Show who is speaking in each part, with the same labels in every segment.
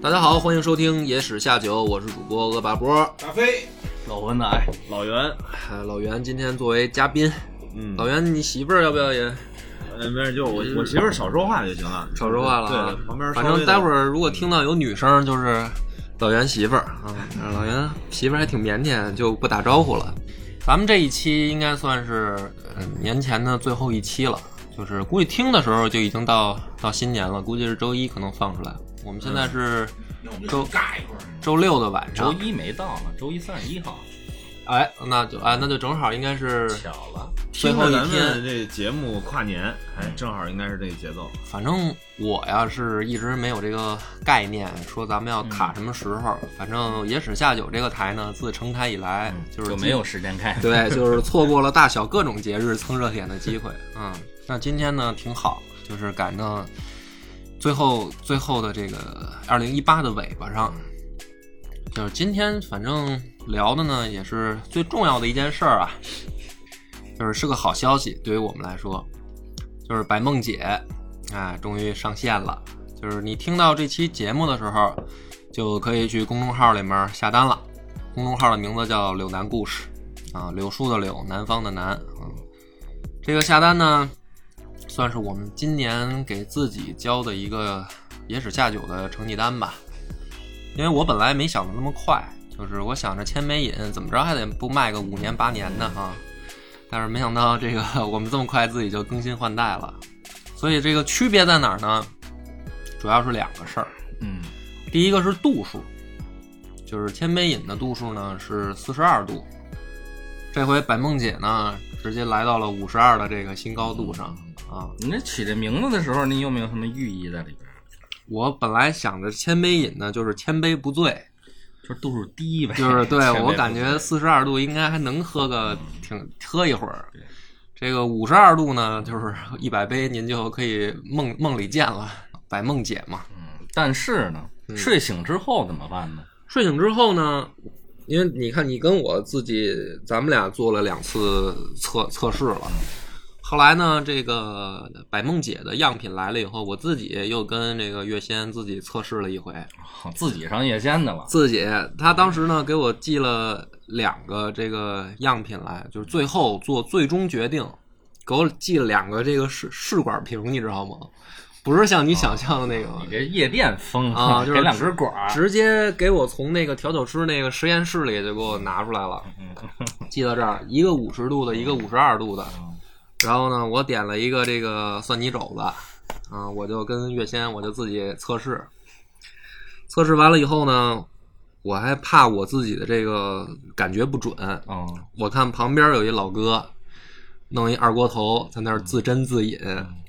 Speaker 1: 大家好，欢迎收听《野史下酒》，我是主播恶霸波。
Speaker 2: 大飞，
Speaker 3: 老温奶，老袁，
Speaker 1: 呃，老袁今天作为嘉宾，
Speaker 3: 嗯
Speaker 1: 老袁，你媳妇儿要不要也
Speaker 3: 呃，没事，就我
Speaker 4: 嗯
Speaker 3: 我媳妇儿少说话就行了，
Speaker 1: 少说话了啊？
Speaker 3: 对，旁边
Speaker 1: 反正待会
Speaker 3: 儿
Speaker 1: 儿如
Speaker 4: 嗯
Speaker 1: 果听到有女声，就是老袁媳妇儿啊。老袁媳妇儿还挺腼腆，就不打招呼了。咱们这一期应该算是呃年前的最后一期了，就是估计听的时候就已经到到新年了，估计是周一可能放出来。我们现在是
Speaker 4: 嗯
Speaker 2: 那我们
Speaker 1: 周
Speaker 2: 就尬一会儿。
Speaker 1: 周六的晚
Speaker 4: 周
Speaker 1: 上，
Speaker 4: 一没到呢，周一三十一号，
Speaker 1: 哎，那就哎，那就正好应该是
Speaker 4: 巧了，
Speaker 1: 最
Speaker 3: 听
Speaker 1: 后
Speaker 3: 着
Speaker 1: 一
Speaker 3: 咱
Speaker 1: 天
Speaker 3: 们这节目跨年，哎，正好应该是这个节奏，
Speaker 1: 反正我呀是一直没有这个概念，说咱们要卡什么时候。反正野史下酒这个台呢，自成开以来、就是
Speaker 4: 嗯就
Speaker 1: 基
Speaker 4: 没有时间看。
Speaker 1: 对，就是错过了大小各种节日蹭热点的机会。嗯，那今天呢挺好，就是赶到最后最后的这个二零一八的尾巴上，
Speaker 4: 嗯
Speaker 1: 就是今天反正聊的呢也是最重要的一件事儿啊，就是是个好消息，对于我们来说，就是白梦姐啊终于上线了。就是你听到这期节目的时候，就可以去公众号里面下单了。公众号的名字叫“柳南故事”，啊，柳树的柳，南方的南，嗯，这个下单呢，算是我们今年给自己交的一个野史下酒的成绩单吧。因为我本来没想的那么快，就是我想着千枚饮怎么着还得不卖个五年八年的哈，但是没想到这个 我们这么快自己就更新换代了，所以这个区别在哪儿呢？主要是两个事儿，
Speaker 4: 嗯，
Speaker 1: 第一个是度数，就是千杯饮的度数呢是四十二度，这回百梦姐呢直接来到了五十二的这个新高度上啊。
Speaker 4: 你这起这名字的时候，你有没有什么寓意在里边？
Speaker 1: 我本来想着千杯饮呢就是千杯不醉，
Speaker 4: 就是度数低呗。
Speaker 1: 就是 对
Speaker 4: 千倍不
Speaker 1: 我
Speaker 4: 醉
Speaker 1: 感觉四十二度应该还能喝个挺喝一会儿
Speaker 4: 对。
Speaker 1: 这个五十二度呢，就是一百杯，您就可以梦梦里见了，百梦姐嘛。
Speaker 4: 嗯但是呢，
Speaker 1: 嗯
Speaker 4: 睡醒之后怎么办呢？
Speaker 1: 睡醒之后呢，因为你看你跟我自己，咱们俩做了两次测测试了。后来呢，这个百梦姐的样品来了以后，我自己又跟这个月仙自己测试了一回。
Speaker 4: 哦自己上夜间的了。
Speaker 1: 自己她当时呢给我寄了两个这个样品来，就是最后做最终决定，给我寄了两个这个试试管瓶，你知道吗？不是像你想象的那个，
Speaker 4: 哦你这夜店疯
Speaker 1: 啊就是
Speaker 4: 给两根管儿，
Speaker 1: 直接给我从那个调酒师那个实验室里就给我拿出来了， 寄到这儿，一个五十度的，一个五十二度的，然后呢，我点了一个这个蒜泥肘子，啊，我就跟月仙我就自己测试，测试完了以后呢，我还怕我自己的这个感觉不准，
Speaker 4: 嗯，
Speaker 1: 我看旁边有一老哥，弄一二锅头在那儿自斟自饮，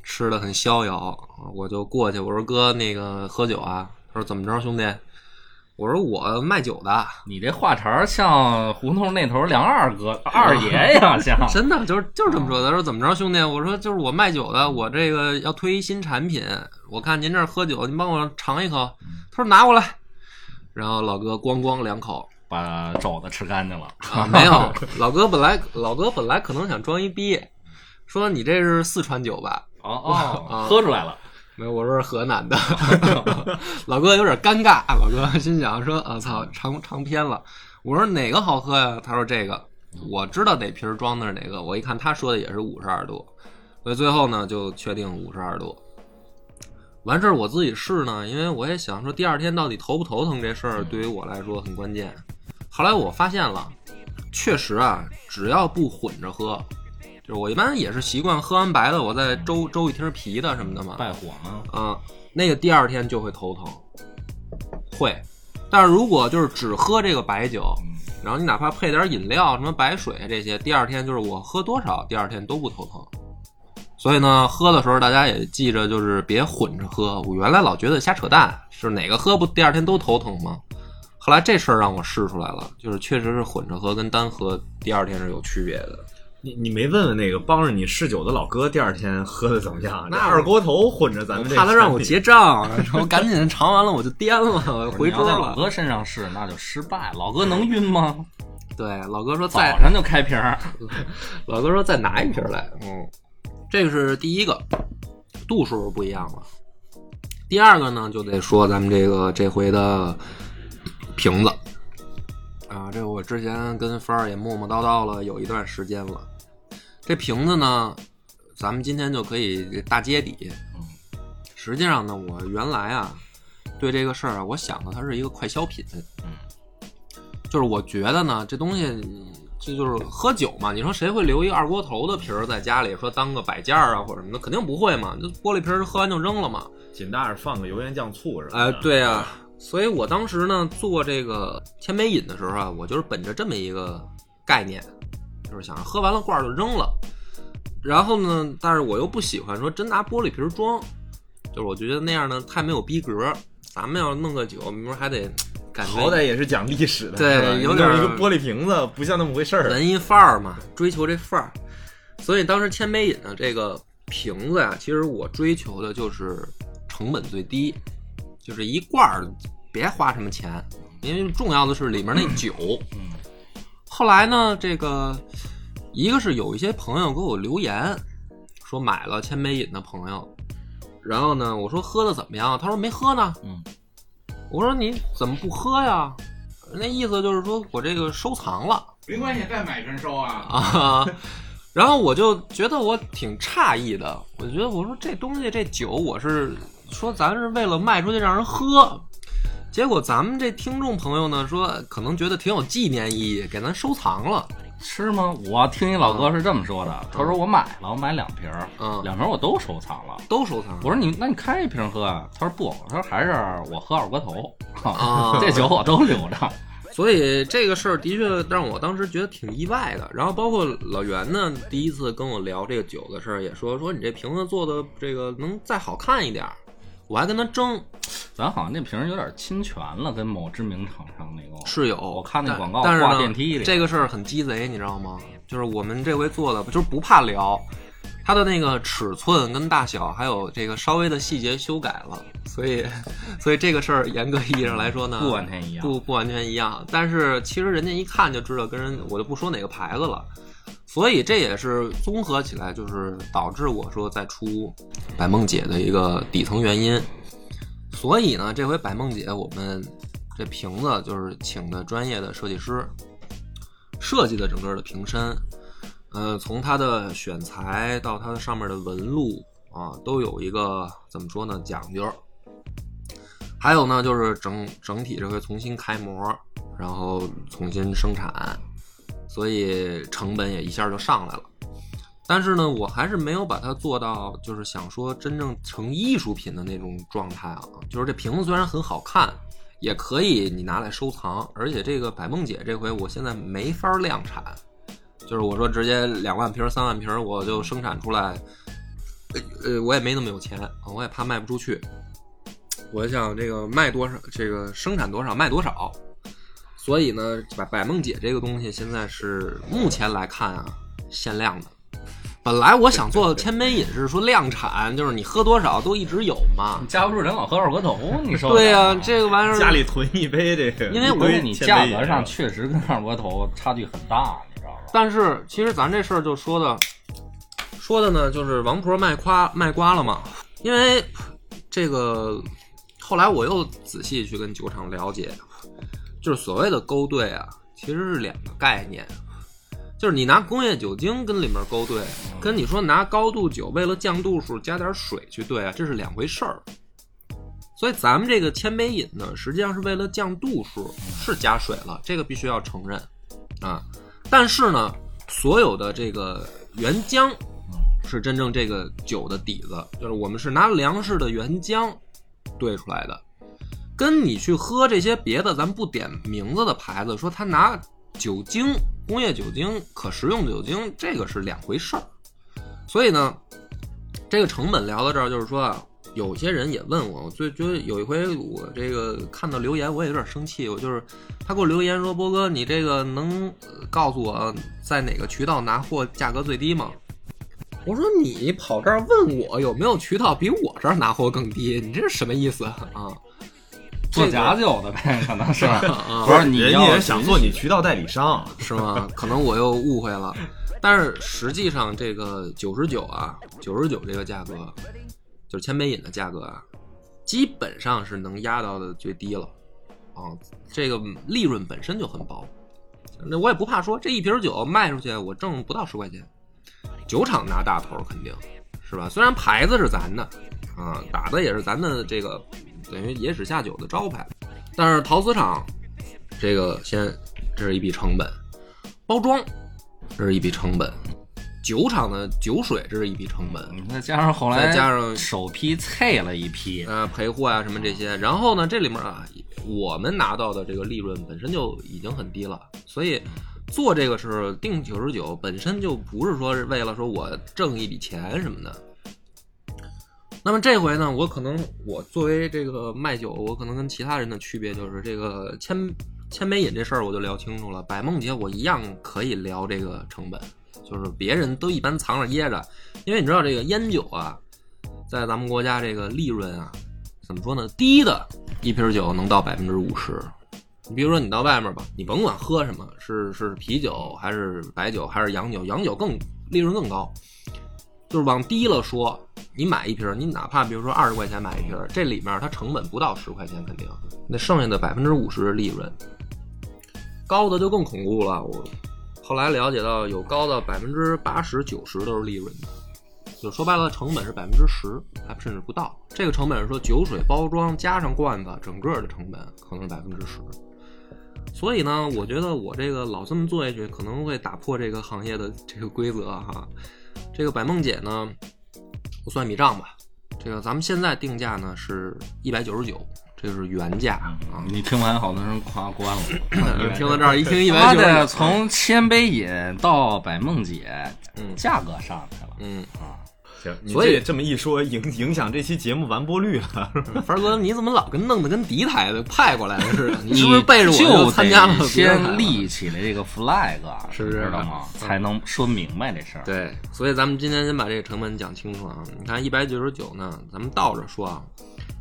Speaker 1: 吃的很逍遥。啊我就过去，我说哥，那个喝酒啊？他说怎么着，兄弟？我说我卖酒的，
Speaker 4: 你这话茬儿像胡同那头梁二哥、二爷 呀，像。
Speaker 1: 真的就是就是这么说的。他说怎么着，兄弟？我说就是我卖酒的，我这个要推一新产品，我看您这儿喝酒，您帮我尝一口。他说拿过来，然后老哥咣咣两口，
Speaker 4: 把肘子吃干净了，
Speaker 1: 啊，没有，老哥本来老哥本来可能想装一逼，说你这是四川酒吧？
Speaker 4: 哦
Speaker 1: 啊
Speaker 4: 哦，喝出来了，
Speaker 1: 没有，我说是河南的。 老哥有点尴尬，老哥心想说：“啊操，长长篇了。”我说哪个好喝呀、他说这个，我知道哪瓶装的是哪个。我一看他说的也是五十二度，所以最后呢就确定五十二度。完事儿我自己试呢，因为我也想说第二天到底头不头疼这事儿对于我来说很关键。后来我发现了，确实啊，只要不混着喝，就是我一般也是习惯喝完白的，我再周周一听啤的什么的嘛。
Speaker 4: 败火吗？
Speaker 1: 啊，那个第二天就会头疼，会。但是如果就是只喝这个白酒，
Speaker 4: 嗯
Speaker 1: 然后你哪怕配点饮料，什么白水这些，第二天就是我喝多少，第二天都不头疼。所以呢，喝的时候大家也记着，就是别混着喝。我原来老觉得瞎扯淡，是哪个喝不第二天都头疼吗？后来这事儿让我试出来了，就是确实是混着喝跟单喝第二天是有区别的。
Speaker 3: 你你没问问那个帮着你试酒的老哥，第二天喝的怎么样？
Speaker 1: 那
Speaker 3: 这二锅头混着咱们这
Speaker 1: 怕他让我
Speaker 3: 产品
Speaker 1: 结 账，啊然后赶紧尝完了我就颠了，我
Speaker 4: 不是
Speaker 1: 回
Speaker 4: 你
Speaker 1: 桌
Speaker 4: 要在
Speaker 1: 了
Speaker 4: 老。哥身上试，那就失败。老哥能晕吗？
Speaker 1: 对，老哥说
Speaker 4: 早
Speaker 1: 再
Speaker 4: 上就开瓶儿，
Speaker 1: 老哥说再拿一瓶来，嗯，这个是第一个，度数不一样了。第二个呢，就得说咱们这个这回的瓶子啊，这我之前跟帆儿也磨磨叨叨了有一段时间了。这瓶子呢，咱们今天就可以大揭底。实际上呢，我原来啊对这个事儿啊，我想的它是一个快消品。
Speaker 4: 嗯，
Speaker 1: 就是我觉得呢，这东西嗯这就是喝酒嘛，你说谁会留一二锅头的瓶儿在家里说当个摆件儿啊或者什么的？肯定不会嘛，就玻璃瓶儿喝完就扔了嘛。
Speaker 3: 紧搭着放个油盐酱醋什么
Speaker 1: 哎
Speaker 3: 的。，
Speaker 1: 对呀、所以我当时呢做这个千杯饮的时候啊，我就是本着这么一个概念，就是想着喝完了罐儿就扔了。然后呢，但是我又不喜欢说真拿玻璃瓶装，就是我觉得那样呢太没有逼格。咱们要弄个酒，明儿还得感觉
Speaker 3: 啊好歹也是讲历史的，
Speaker 1: 对
Speaker 3: 是吧
Speaker 1: 有
Speaker 3: 你
Speaker 1: 点
Speaker 3: 弄一个玻璃瓶子，不像那么回事儿。
Speaker 1: 文艺范儿嘛，追求这范儿。所以当时千杯饮的这个瓶子呀、啊其实我追求的就是成本最低，就是一罐儿别花什么钱，因为重要的是里面那酒。
Speaker 4: 嗯
Speaker 1: 后来呢，这个一个是有一些朋友给我留言说买了千杯饮的朋友，然后呢，我说喝的怎么样？他说没喝呢。
Speaker 4: 嗯，
Speaker 1: 我说你怎么不喝呀？那意思就是说我这个收藏了。
Speaker 2: 没关系，再买一瓶收啊。
Speaker 1: 啊。 然后我就觉得我挺诧异的，我觉得我说这东西这酒我是说咱是为了卖出去让人喝，结果咱们这听众朋友呢说可能觉得挺有纪念意义，给咱收藏了。
Speaker 4: 吃吗？我听一老哥是这么说的，他说我买了，我买两瓶儿，
Speaker 1: 嗯，
Speaker 4: 两瓶儿我都收藏了。
Speaker 1: 都收藏了。
Speaker 4: 我说你，那你开一瓶喝啊？他说不，他说还是我喝二锅头，
Speaker 1: 啊
Speaker 4: 这酒我都留着。
Speaker 1: 所以这个事儿的确让我当时觉得挺意外的。然后包括老袁呢，第一次跟我聊这个酒的事儿，也说说你这瓶子做的这个能再好看一点儿，我还跟他争
Speaker 4: 咱好像这瓶儿有点侵权了，跟某知名厂商那个
Speaker 1: 是有，
Speaker 4: 我看那广告
Speaker 1: 但但是
Speaker 4: 挂
Speaker 1: 呢
Speaker 4: 电梯里
Speaker 1: 这个事儿很鸡贼，你知道吗？就是我们这回做的，就是不怕聊，它的那个尺寸跟大小，还有这个稍微的细节修改了，所以， 所以这个事儿严格意义上来说呢，
Speaker 4: 不完全一样。
Speaker 1: 不不完全一样，但是其实人家一看就知道跟人，我就不说哪个牌子了。所以这也是综合起来，就是导致我说再出百梦姐的一个底层原因。所以呢，这回百梦姐我们这瓶子就是请的专业的设计师设计的整个的瓶身，呃，从它的选材到它的上面的纹路啊，都有一个怎么说呢讲究。还有呢，就是整整体这回重新开模，然后重新生产，所以成本也一下就上来了。但是呢，我还是没有把它做到，就是想说真正成艺术品的那种状态啊。就是这瓶子虽然很好看，也可以你拿来收藏，而且这个百梦姐这回我现在没法量产，就是我说直接两万瓶、三万瓶我就生产出来，呃，呃我也没那么有钱，我也怕卖不出去。我想这个卖多少，这个生产多少卖多少。所以呢，百百梦姐这个东西现在是目前来看啊，限量的。本来我想做千杯饮是说量产，就是你喝多少都一直有嘛
Speaker 4: 你。架不住人老喝二锅头，你说
Speaker 1: 对
Speaker 4: 呀、
Speaker 1: 呀、这个玩意儿
Speaker 3: 家里囤一杯这个，
Speaker 1: 因为我
Speaker 4: 关
Speaker 1: 对
Speaker 4: 键你价格上
Speaker 3: 去。
Speaker 4: 确实跟二锅头差距很大，你知道吧？
Speaker 1: 但是其实咱这事儿就说的，说的呢就是王婆卖瓜卖瓜了嘛，因为这个后来我又仔细去跟酒厂了解，就是所谓的勾兑啊，其实是两个概念。就是你拿工业酒精跟里面勾兑，跟你说拿高度酒为了降度数加点水去兑啊，这是两回事儿。所以咱们这个千杯饮呢，实际上是为了降度数，是加水了，这个必须要承认啊。但是呢，所有的这个原浆是真正这个酒的底子，就是我们是拿粮食的原浆兑出来的，跟你去喝这些别的咱不点名字的牌子，说他拿酒精、工业酒精、可食用酒精，这个是两回事儿。所以呢，这个成本聊到这儿，就是说啊，有些人也问我，我最觉得有一回我这个看到留言，我也有点生气，我就是他给我留言说，波哥，你这个能呃告诉我在哪个渠道拿货价格最低吗？我说你跑这儿问我有没有渠道比我这儿拿货更低，你这是什么意思啊？
Speaker 4: 做
Speaker 1: 这个
Speaker 4: 假酒的呗， 可能是。
Speaker 1: 啊
Speaker 4: 不是你
Speaker 3: 人
Speaker 4: 要
Speaker 3: 家也想做你渠道代理商，
Speaker 1: 是吗？可能我又误会了，但是实际上这个九十九啊，九十九这个价格，就是千杯饮的价格啊，基本上是能压到的最低了，啊，这个利润本身就很薄，那我也不怕说这一瓶酒卖出去我挣不到十块钱，酒厂拿大头肯定是吧？虽然牌子是咱的，啊，打的也是咱的这个等于野史下酒的招牌，但是陶瓷厂这个先这是一笔成本，包装这是一笔成本，酒厂的酒水这是一笔成本，
Speaker 4: 嗯再加上后来
Speaker 1: 再加上
Speaker 4: 首批菜了一批，
Speaker 1: 呃，赔货啊什么这些。然后呢，这里面啊，我们拿到的这个利润本身就已经很低了，所以做这个是定九十九，本身就不是说是为了说我挣一笔钱什么的。那么这回呢，我可能我作为这个卖酒，我可能跟其他人的区别就是这个千千杯饮这事儿我就聊清楚了，百梦节我一样可以聊这个成本，就是别人都一般藏着掖着，因为你知道这个烟酒啊，在咱们国家这个利润啊，怎么说呢？低的一瓶酒能到百分之五十。你比如说你到外面吧，你甭管喝什么，是是啤酒还是白酒还是洋酒，洋酒更利润更高。就是往低了说，你买一瓶，你哪怕比如说二十块钱买一瓶，这里面它成本不到十块钱，肯定那剩下的百分之五十利润，高的就更恐怖了。我后来了解到，有高到百分之八十、九十都是利润的。就说白了，成本是百分之十，还甚至不到。这个成本是说酒水包装加上罐子，整个的成本可能是百分之十。所以呢，我觉得我这个老这么做下去，可能会打破这个行业的这个规则啊哈。这个百梦姐呢，我算一笔账吧。这个咱们现在定价呢是一百九十九，这是原价啊。。
Speaker 4: 你听完好多人夸关了
Speaker 1: 听到这儿一听一百
Speaker 4: 妈
Speaker 1: 九十
Speaker 4: 的，
Speaker 1: 九，
Speaker 4: 从千杯饮到百梦姐，
Speaker 1: 嗯
Speaker 4: 价格上去了。
Speaker 1: 嗯，
Speaker 3: 行，你
Speaker 1: 所以
Speaker 3: 这这么一说，影影响这期节目完播率了。
Speaker 1: 凡哥你怎么老跟弄得跟敌台的派过来的似的？你是不是背着我又参加了
Speaker 4: 你就得
Speaker 1: 别的台
Speaker 4: 先
Speaker 1: 了
Speaker 4: 立起来这个 flag，啊
Speaker 1: 是
Speaker 4: 你
Speaker 1: 是嗯
Speaker 4: 知道吗？才能说明白这事儿。
Speaker 1: 对，所以咱们今天先把这个成本讲清楚啊。你看一百九十九呢，咱们倒着说啊，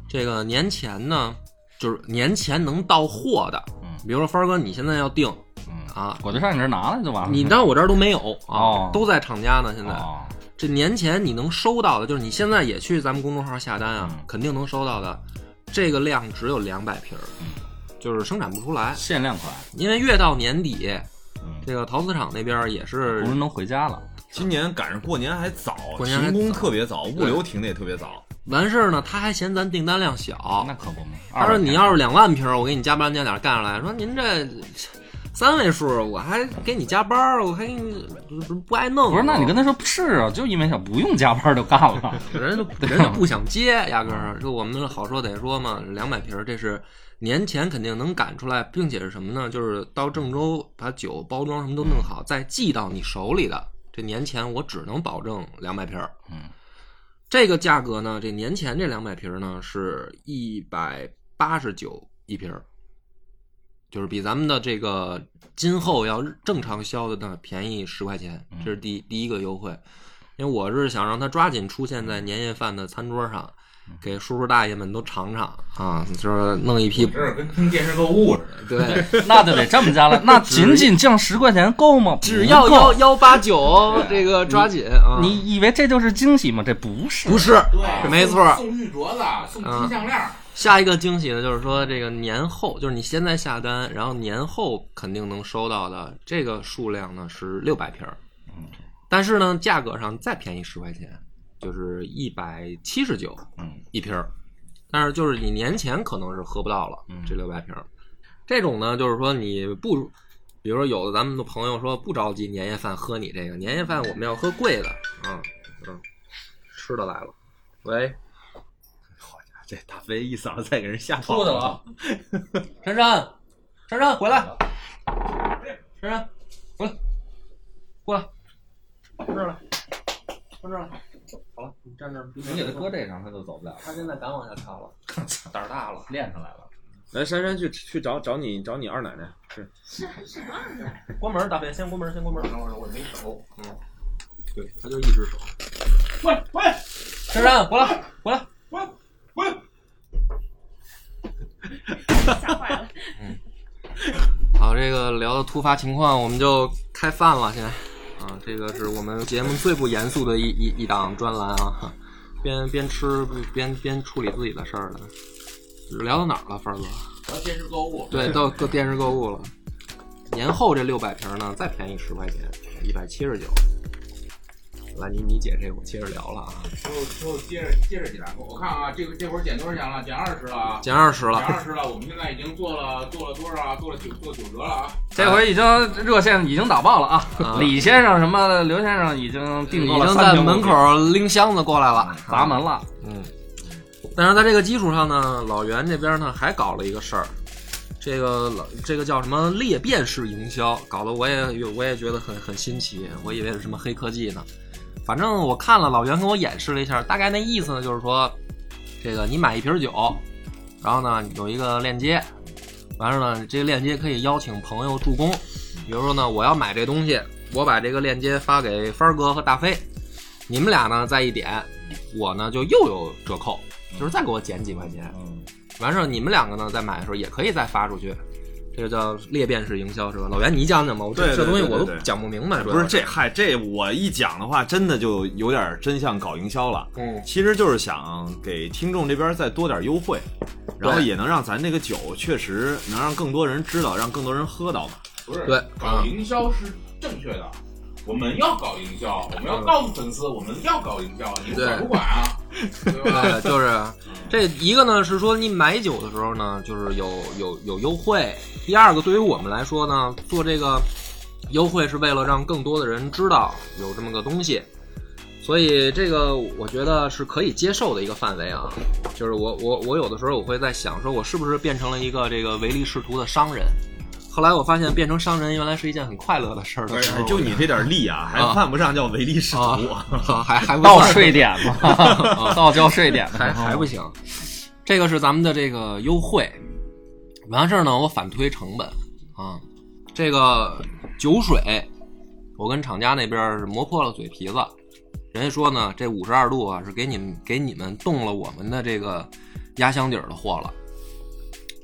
Speaker 1: 这个年前呢，就是年前能到货的，
Speaker 4: 嗯
Speaker 1: 比如说凡哥，你现在要订
Speaker 4: 嗯，
Speaker 1: 啊，
Speaker 4: 我就上你这儿拿来就完了。
Speaker 1: 你到我这儿都没有啊，
Speaker 4: 哦
Speaker 1: 都在厂家呢。现在、
Speaker 4: 哦，
Speaker 1: 这年前你能收到的，就是你现在也去咱们公众号下单啊，
Speaker 4: 嗯
Speaker 1: 肯定能收到的，这个量只有两百瓶儿，
Speaker 4: 嗯
Speaker 1: 就是生产不出来，
Speaker 4: 限量款，
Speaker 1: 因为越到年底，
Speaker 4: 嗯，
Speaker 1: 这个陶瓷厂那边儿也是
Speaker 4: 不是能回家了。
Speaker 3: 今年赶上过年还早，
Speaker 1: 过年还
Speaker 3: 停工特别早，物流停的也特别早。
Speaker 1: 完事儿呢，他还嫌咱订单量小，
Speaker 4: 那可不嘛。
Speaker 1: 他说
Speaker 4: 200
Speaker 1: 你要是两万瓶儿，我给你加班加点儿干上来。说您这三位数，我还给你加班儿，我还给你不不爱弄。
Speaker 4: 不是，那你跟他说是啊，就因为想不用加班就干了。
Speaker 1: 人家
Speaker 4: 啊
Speaker 1: 就人家不想接，压根儿就我们好说歹说嘛，两百瓶儿这是年前肯定能赶出来，并且是什么呢？就是到郑州把酒包装什么都弄好，再寄到你手里的。这年前我只能保证两百瓶儿。
Speaker 4: 嗯，
Speaker 1: 这个价格呢，这年前这两百瓶儿呢是一百八十九一瓶儿，就是比咱们的这个今后要正常销的呢便宜十块钱，
Speaker 4: 嗯
Speaker 1: 这是第第一个优惠。因为我是想让它抓紧出现
Speaker 4: 嗯
Speaker 1: 在年夜饭的餐桌上，给叔叔大爷们都尝尝啊，就是弄一批
Speaker 2: 这。是跟听电视购物似的。
Speaker 1: 对，
Speaker 4: 那就得这么加了。那仅仅降十块钱够吗？
Speaker 1: 只
Speaker 4: 不
Speaker 1: 要幺
Speaker 4: 够。
Speaker 1: 幺八九，这个抓紧啊！
Speaker 4: 你以为这就是惊喜吗？这不是，
Speaker 1: 不是，
Speaker 2: 对，
Speaker 1: 没错，
Speaker 2: 送玉镯子，送
Speaker 3: 嗯
Speaker 2: 金项链
Speaker 3: 啊
Speaker 2: 儿，
Speaker 1: 下一个惊喜呢，就是说这个年后，就是你现在下单，然后年后肯定能收到的这个数量呢是六百瓶儿，但是呢价格上再便宜十块钱，就是一百七十九
Speaker 4: 嗯
Speaker 1: 一瓶儿，但是就是你年前可能是喝不到了
Speaker 4: 嗯
Speaker 1: 这六百瓶儿，这种呢就是说你不，比如说有的咱们的朋友说不着急年夜饭喝你这个，年夜饭我们要喝贵的啊，嗯，吃的来了，喂，
Speaker 3: 好家伙，这大飞一嗓子再给人吓跑
Speaker 1: 出去了啊！珊珊，珊珊回来，珊珊回来，过来，到这儿来，到这儿来。好了，你站这儿，
Speaker 4: 你给他搁这上，他就走不了了。
Speaker 1: 他现在敢往下跳 了，胆儿大了。
Speaker 4: 练出来了。
Speaker 3: 来，珊珊去去找找你找你二奶奶，是
Speaker 1: 关门，大飞，先关门，先关门。嗯
Speaker 2: 等会儿我没手。
Speaker 1: 对，他就一只手。
Speaker 2: 喂喂
Speaker 1: 珊珊，回来，回来。
Speaker 2: 喂喂！
Speaker 5: 吓坏了。
Speaker 1: 嗯好，这个聊到突发情况，我们就开饭了。现在，啊，这个是我们节目最不严肃的一一一档专栏啊。边边吃边边处理自己的事儿的。聊到哪儿了，范儿哥？
Speaker 2: 我要电视购物，
Speaker 1: 对，到购电视购物了。年后这六百瓶呢，再便宜十块钱，一百七十九。来，你你姐这个我接着聊了啊，
Speaker 2: 最后最后接着接着起来，我看啊，这个这会儿减多少钱了？减二十了啊，
Speaker 1: 减二十
Speaker 2: 减
Speaker 1: 了，
Speaker 2: 二十了，我们现在已经做了做了多少啊？做了九做九折了啊！
Speaker 4: 这回已经热线已经打爆了啊！
Speaker 1: 啊
Speaker 4: 李先生什么刘先生已经订
Speaker 1: 已
Speaker 4: 购了
Speaker 1: 经
Speaker 4: 三
Speaker 1: 在
Speaker 4: 瓶
Speaker 1: 门
Speaker 4: 五
Speaker 1: 口
Speaker 4: 瓶
Speaker 1: 拎箱子过来了，
Speaker 4: 砸门了。
Speaker 1: 嗯，但是在这个基础上呢，老袁这边呢还搞了一个事儿，这个老这个叫什么裂变式营销，搞得我也我也觉得很很新奇，我以为是什么黑科技呢。反正我看了老袁跟我演示了一下，大概那意思呢就是说，这个你买一瓶酒，然后呢有一个链接，完事呢这个链接可以邀请朋友助攻，比如说呢我要买这东西，我把这个链接发给帆儿哥和大飞，你们俩呢再一点，我呢就又有折扣，就是再给我减几块钱。
Speaker 3: 嗯
Speaker 1: 完事儿你们两个呢在买的时候也可以再发出去，这个叫裂变式营销是吧？老袁你讲讲吧，我这
Speaker 3: 对
Speaker 1: 这
Speaker 3: 对
Speaker 1: 东西
Speaker 3: 对
Speaker 1: 我
Speaker 3: 对
Speaker 1: 都
Speaker 3: 对
Speaker 1: 讲不明白，主要
Speaker 3: 不是，这嗨，这我一讲的话，真的就有点真像搞营销了。
Speaker 1: 嗯
Speaker 3: 其实就是想给听众这边再多点优惠，然后也能让咱这个酒确实能让更多人知道，让更多人喝到嘛。
Speaker 2: 不是，
Speaker 1: 对
Speaker 2: 搞营销是正确的。我们要搞营销，我们要告诉粉丝，我们要搞营销，你们管不管啊？对 吧？
Speaker 1: 对，就是这一个呢是说你买酒的时候呢，就是有有有优惠。第二个，对于我们来说呢，做这个优惠是为了让更多的人知道有这么个东西，所以这个我觉得是可以接受的一个范围啊。就是我我我有的时候我会在想，说我是不是变成了一个这个唯利是图的商人？后来我发现变成商人原来是一件很快乐的事儿的时候，
Speaker 3: 就你这点力哎啊，还
Speaker 1: 啊
Speaker 3: 犯不上叫唯利是图啊。
Speaker 1: 啊还还不
Speaker 4: 到
Speaker 1: 算
Speaker 4: 税点 嘛，到交税 点的
Speaker 1: 还
Speaker 4: 时候
Speaker 1: 还不行。这个是咱们的这个优惠，完事儿呢，我反推成本啊。这个酒水，我跟厂家那边儿是磨破了嘴皮子，人家说呢，这五十二度啊是给你们给你们动了我们的这个压箱底儿的货了。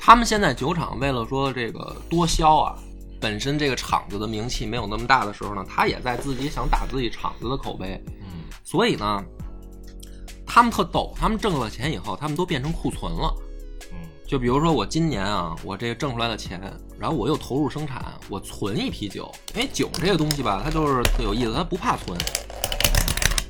Speaker 1: 他们现在酒厂为了说这个多销啊，本身这个厂子的名气没有那么大的时候呢，他也在自己想打自己厂子的口碑，
Speaker 3: 嗯，
Speaker 1: 所以呢，他们特逗，他们挣了钱以后，他们都变成库存了。
Speaker 3: 嗯，
Speaker 1: 就比如说我今年啊，我这挣出来的钱，然后我又投入生产，我存一批酒，因为酒这个东西吧，它就是特有意思，它不怕存。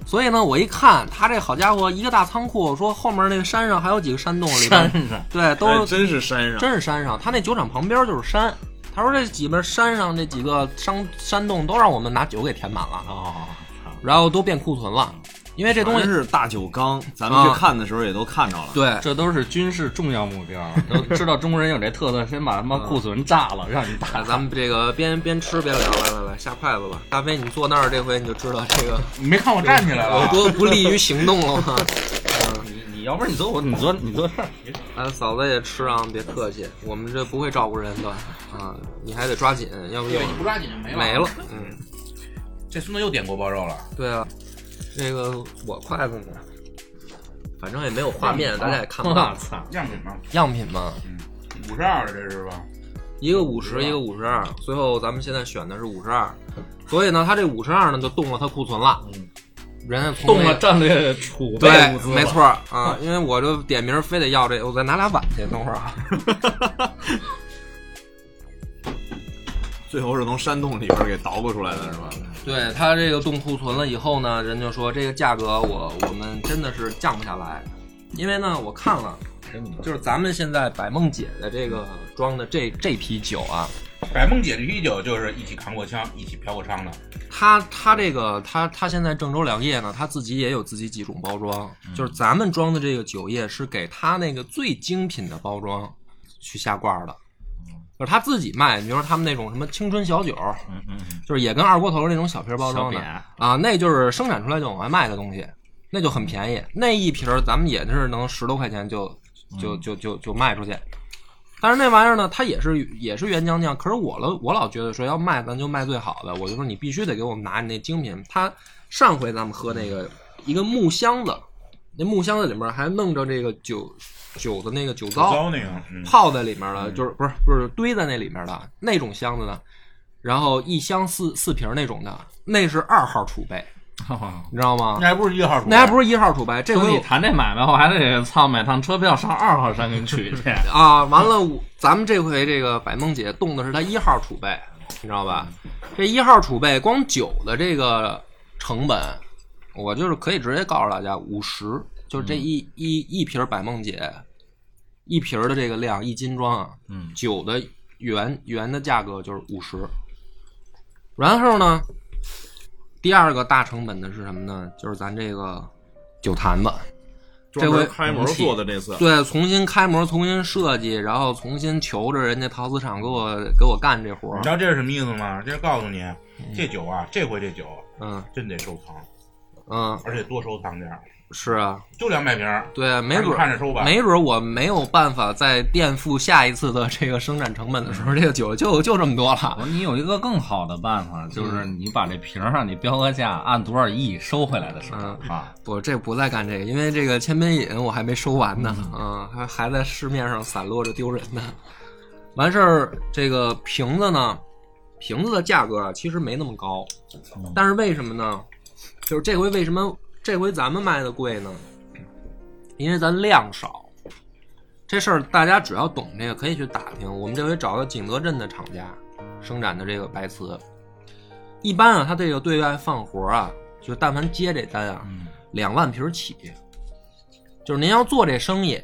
Speaker 1: 所以呢，我一看他这好家伙，一个大仓库，说后面那个山上还有几个山洞里
Speaker 4: 山
Speaker 1: 边，
Speaker 4: 上
Speaker 1: 对， 都
Speaker 3: 哎真是山上。
Speaker 1: 真是山上，他那酒厂旁边就是山。他说这几边山上这几个山山洞都让我们拿酒给填满了，啊
Speaker 3: 哦，操
Speaker 1: 然后都变库存了，因为这东西
Speaker 3: 反正是大酒缸，咱们
Speaker 1: 啊
Speaker 3: 去看的时候也都看着了。
Speaker 1: 对
Speaker 4: 这都是军事重要目标，都知道中国人有这特色，先把他妈库存炸了，让你
Speaker 1: 啊，
Speaker 4: 打。
Speaker 1: 咱们这个边边吃边聊，来来来，下筷子吧。大飞，你坐那儿这回你就知道这个
Speaker 2: 你没看我站起来
Speaker 1: 有
Speaker 2: 了？
Speaker 1: 多不利于行动了 吗？
Speaker 4: 你你要不然你坐我，你坐你坐这儿。
Speaker 1: 啊，嫂子也吃啊，别客气，我们这不会照顾人的啊，你还得抓紧，要不就
Speaker 2: 对，你不抓紧就没了。
Speaker 1: 没了。嗯，
Speaker 2: 这孙子又点锅包肉了。
Speaker 1: 对啊，这个我筷子呢，反正也没有画面，大家也看不
Speaker 4: 我
Speaker 1: 到
Speaker 4: 操！
Speaker 2: 样品吗？
Speaker 1: 样品嘛，
Speaker 2: 嗯五十二，这是吧？
Speaker 1: 一个五十，一个五十二，最后咱们现在选的是五十二，所以呢，他这五十二呢就动了他库存了，
Speaker 2: 嗯
Speaker 1: 人家从
Speaker 4: 动
Speaker 1: 那
Speaker 4: 了
Speaker 1: 个
Speaker 4: 战略储备
Speaker 1: 对
Speaker 4: 物资，了，
Speaker 1: 没错儿啊，因为我这点名儿非得要这，我再拿俩碗去，等会儿啊。
Speaker 3: 最后是从山洞里边给捣鼓出来的，是吧？
Speaker 1: 对他这个冻库存了以后呢，人就说这个价格我我们真的是降不下来，因为呢我看了，就是咱们现
Speaker 4: 嗯
Speaker 1: 在百梦姐的这个装的这这批酒啊，
Speaker 2: 百梦姐这啤酒就是一起扛过枪，一起嫖过娼的。
Speaker 1: 嗯她她这个她她现在郑州粮业呢，她自己也有自己几种包装，就是咱们装的这个酒液是给她那个最精品的包装去下罐儿的，就是她自己卖，比如说他们那种什么青春小酒，
Speaker 4: 嗯嗯嗯
Speaker 1: 就是也跟二锅头那种小瓶包装的
Speaker 4: 小扁
Speaker 1: 啊，那就是生产出来就往外卖的东西，那就很便宜。那一瓶儿咱们也是能十多块钱就就就就就卖出去。但是那玩意儿呢，它也是也是原浆酱，可是我老我老觉得说要卖咱就卖最好的，我就说你必须得给我们拿你那精品。它上回咱们喝那个一个木箱子，那木箱子里面还弄着这个酒酒的那个酒
Speaker 3: 哦
Speaker 1: 糟，
Speaker 2: 那个，嗯，
Speaker 1: 泡在里面的，就是不是不是堆在那里面的那种箱子呢，然后一箱四四瓶那种的，那是二号储备，你知道吗？
Speaker 4: 那还不是一号
Speaker 1: 那还
Speaker 4: 是
Speaker 1: 不是一号土白，这
Speaker 4: 兄
Speaker 1: 回
Speaker 4: 弟
Speaker 1: 我
Speaker 4: 谈这买卖，我还得操买趟车票上二号山给你取去。
Speaker 1: 啊，完了，我咱们这回这个百梦姐动的是她一号储备，你知道吧？这一号储备光酒的这个成本，我就是可以直接告诉大家，五十，就是这一、一一瓶百梦姐，一瓶的这个量，一斤装啊，
Speaker 4: 嗯，
Speaker 1: 酒的原原的价格就是五十。然后呢，第二个大成本的是什么呢？就是咱这个酒坛子，
Speaker 3: 专
Speaker 1: 这
Speaker 3: 门
Speaker 1: 回
Speaker 3: 开模做的这次，
Speaker 1: 对，重新开模，重新设计，然后重新求着人家陶瓷厂给我给我干这活
Speaker 2: 你
Speaker 1: 儿
Speaker 2: 知。道这是什么意思吗？这是告诉你，这酒啊，这回这酒
Speaker 1: 嗯
Speaker 2: 真得收藏，
Speaker 1: 嗯，
Speaker 2: 而且多收藏点儿，
Speaker 1: 是啊，
Speaker 2: 就两百瓶儿，
Speaker 1: 对，啊没准
Speaker 2: 你看着收吧
Speaker 1: 儿，没准儿我没有办法再垫付下一次的这个生产成本的时候，这个酒就就这么多
Speaker 4: 我
Speaker 1: 了。
Speaker 4: 说你有一个更好的办法，就是你把这瓶儿上你标个价，按多少亿收回来的时候
Speaker 1: 嗯
Speaker 4: 啊，
Speaker 1: 我这不再干这个，因为这个千杯饮我还没收完呢，嗯，还还在市面上散落着丢人呢。完事儿，这个瓶子呢，瓶子的价格啊其实没那么高，但是为什么呢？就是这回为什么这回咱们卖的贵呢？因为咱量少。这事儿大家只要懂这个，可以去打听。我们这回找个景德镇的厂家生产的这个白瓷，一般啊，他这个对外放活啊，就但凡接这单啊，两万瓶儿起。就是您要做这生意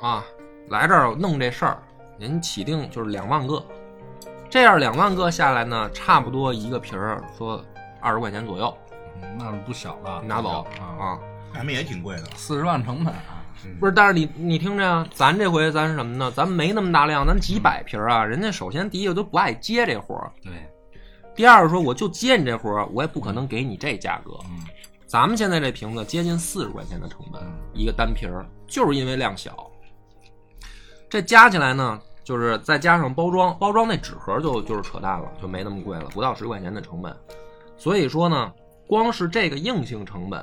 Speaker 1: 啊，来这儿弄这事儿，您起定就是两万个，这样两万个下来呢，差不多一个瓶儿说二十块钱左右，
Speaker 4: 那不小了，
Speaker 1: 你拿走
Speaker 4: 啊，
Speaker 1: 啊。
Speaker 2: 咱们也挺贵的。
Speaker 4: 四十万成本啊，
Speaker 1: 不是，但是你你听着呀，咱这回咱是什么呢？咱没那么大量，咱几百瓶儿啊。人家首先第一个都不爱接这活儿，
Speaker 4: 对，
Speaker 1: 第二个说我就接你这活儿，我也不可能给你这价格。
Speaker 4: 嗯
Speaker 1: 咱们现在这瓶子接近四十块钱的成本
Speaker 4: 嗯，
Speaker 1: 一个单瓶儿，就是因为量小。这加起来呢，就是再加上包装，包装那纸盒就就是扯淡了，就没那么贵了，不到十块钱的成本。所以说呢，光是这个硬性成本，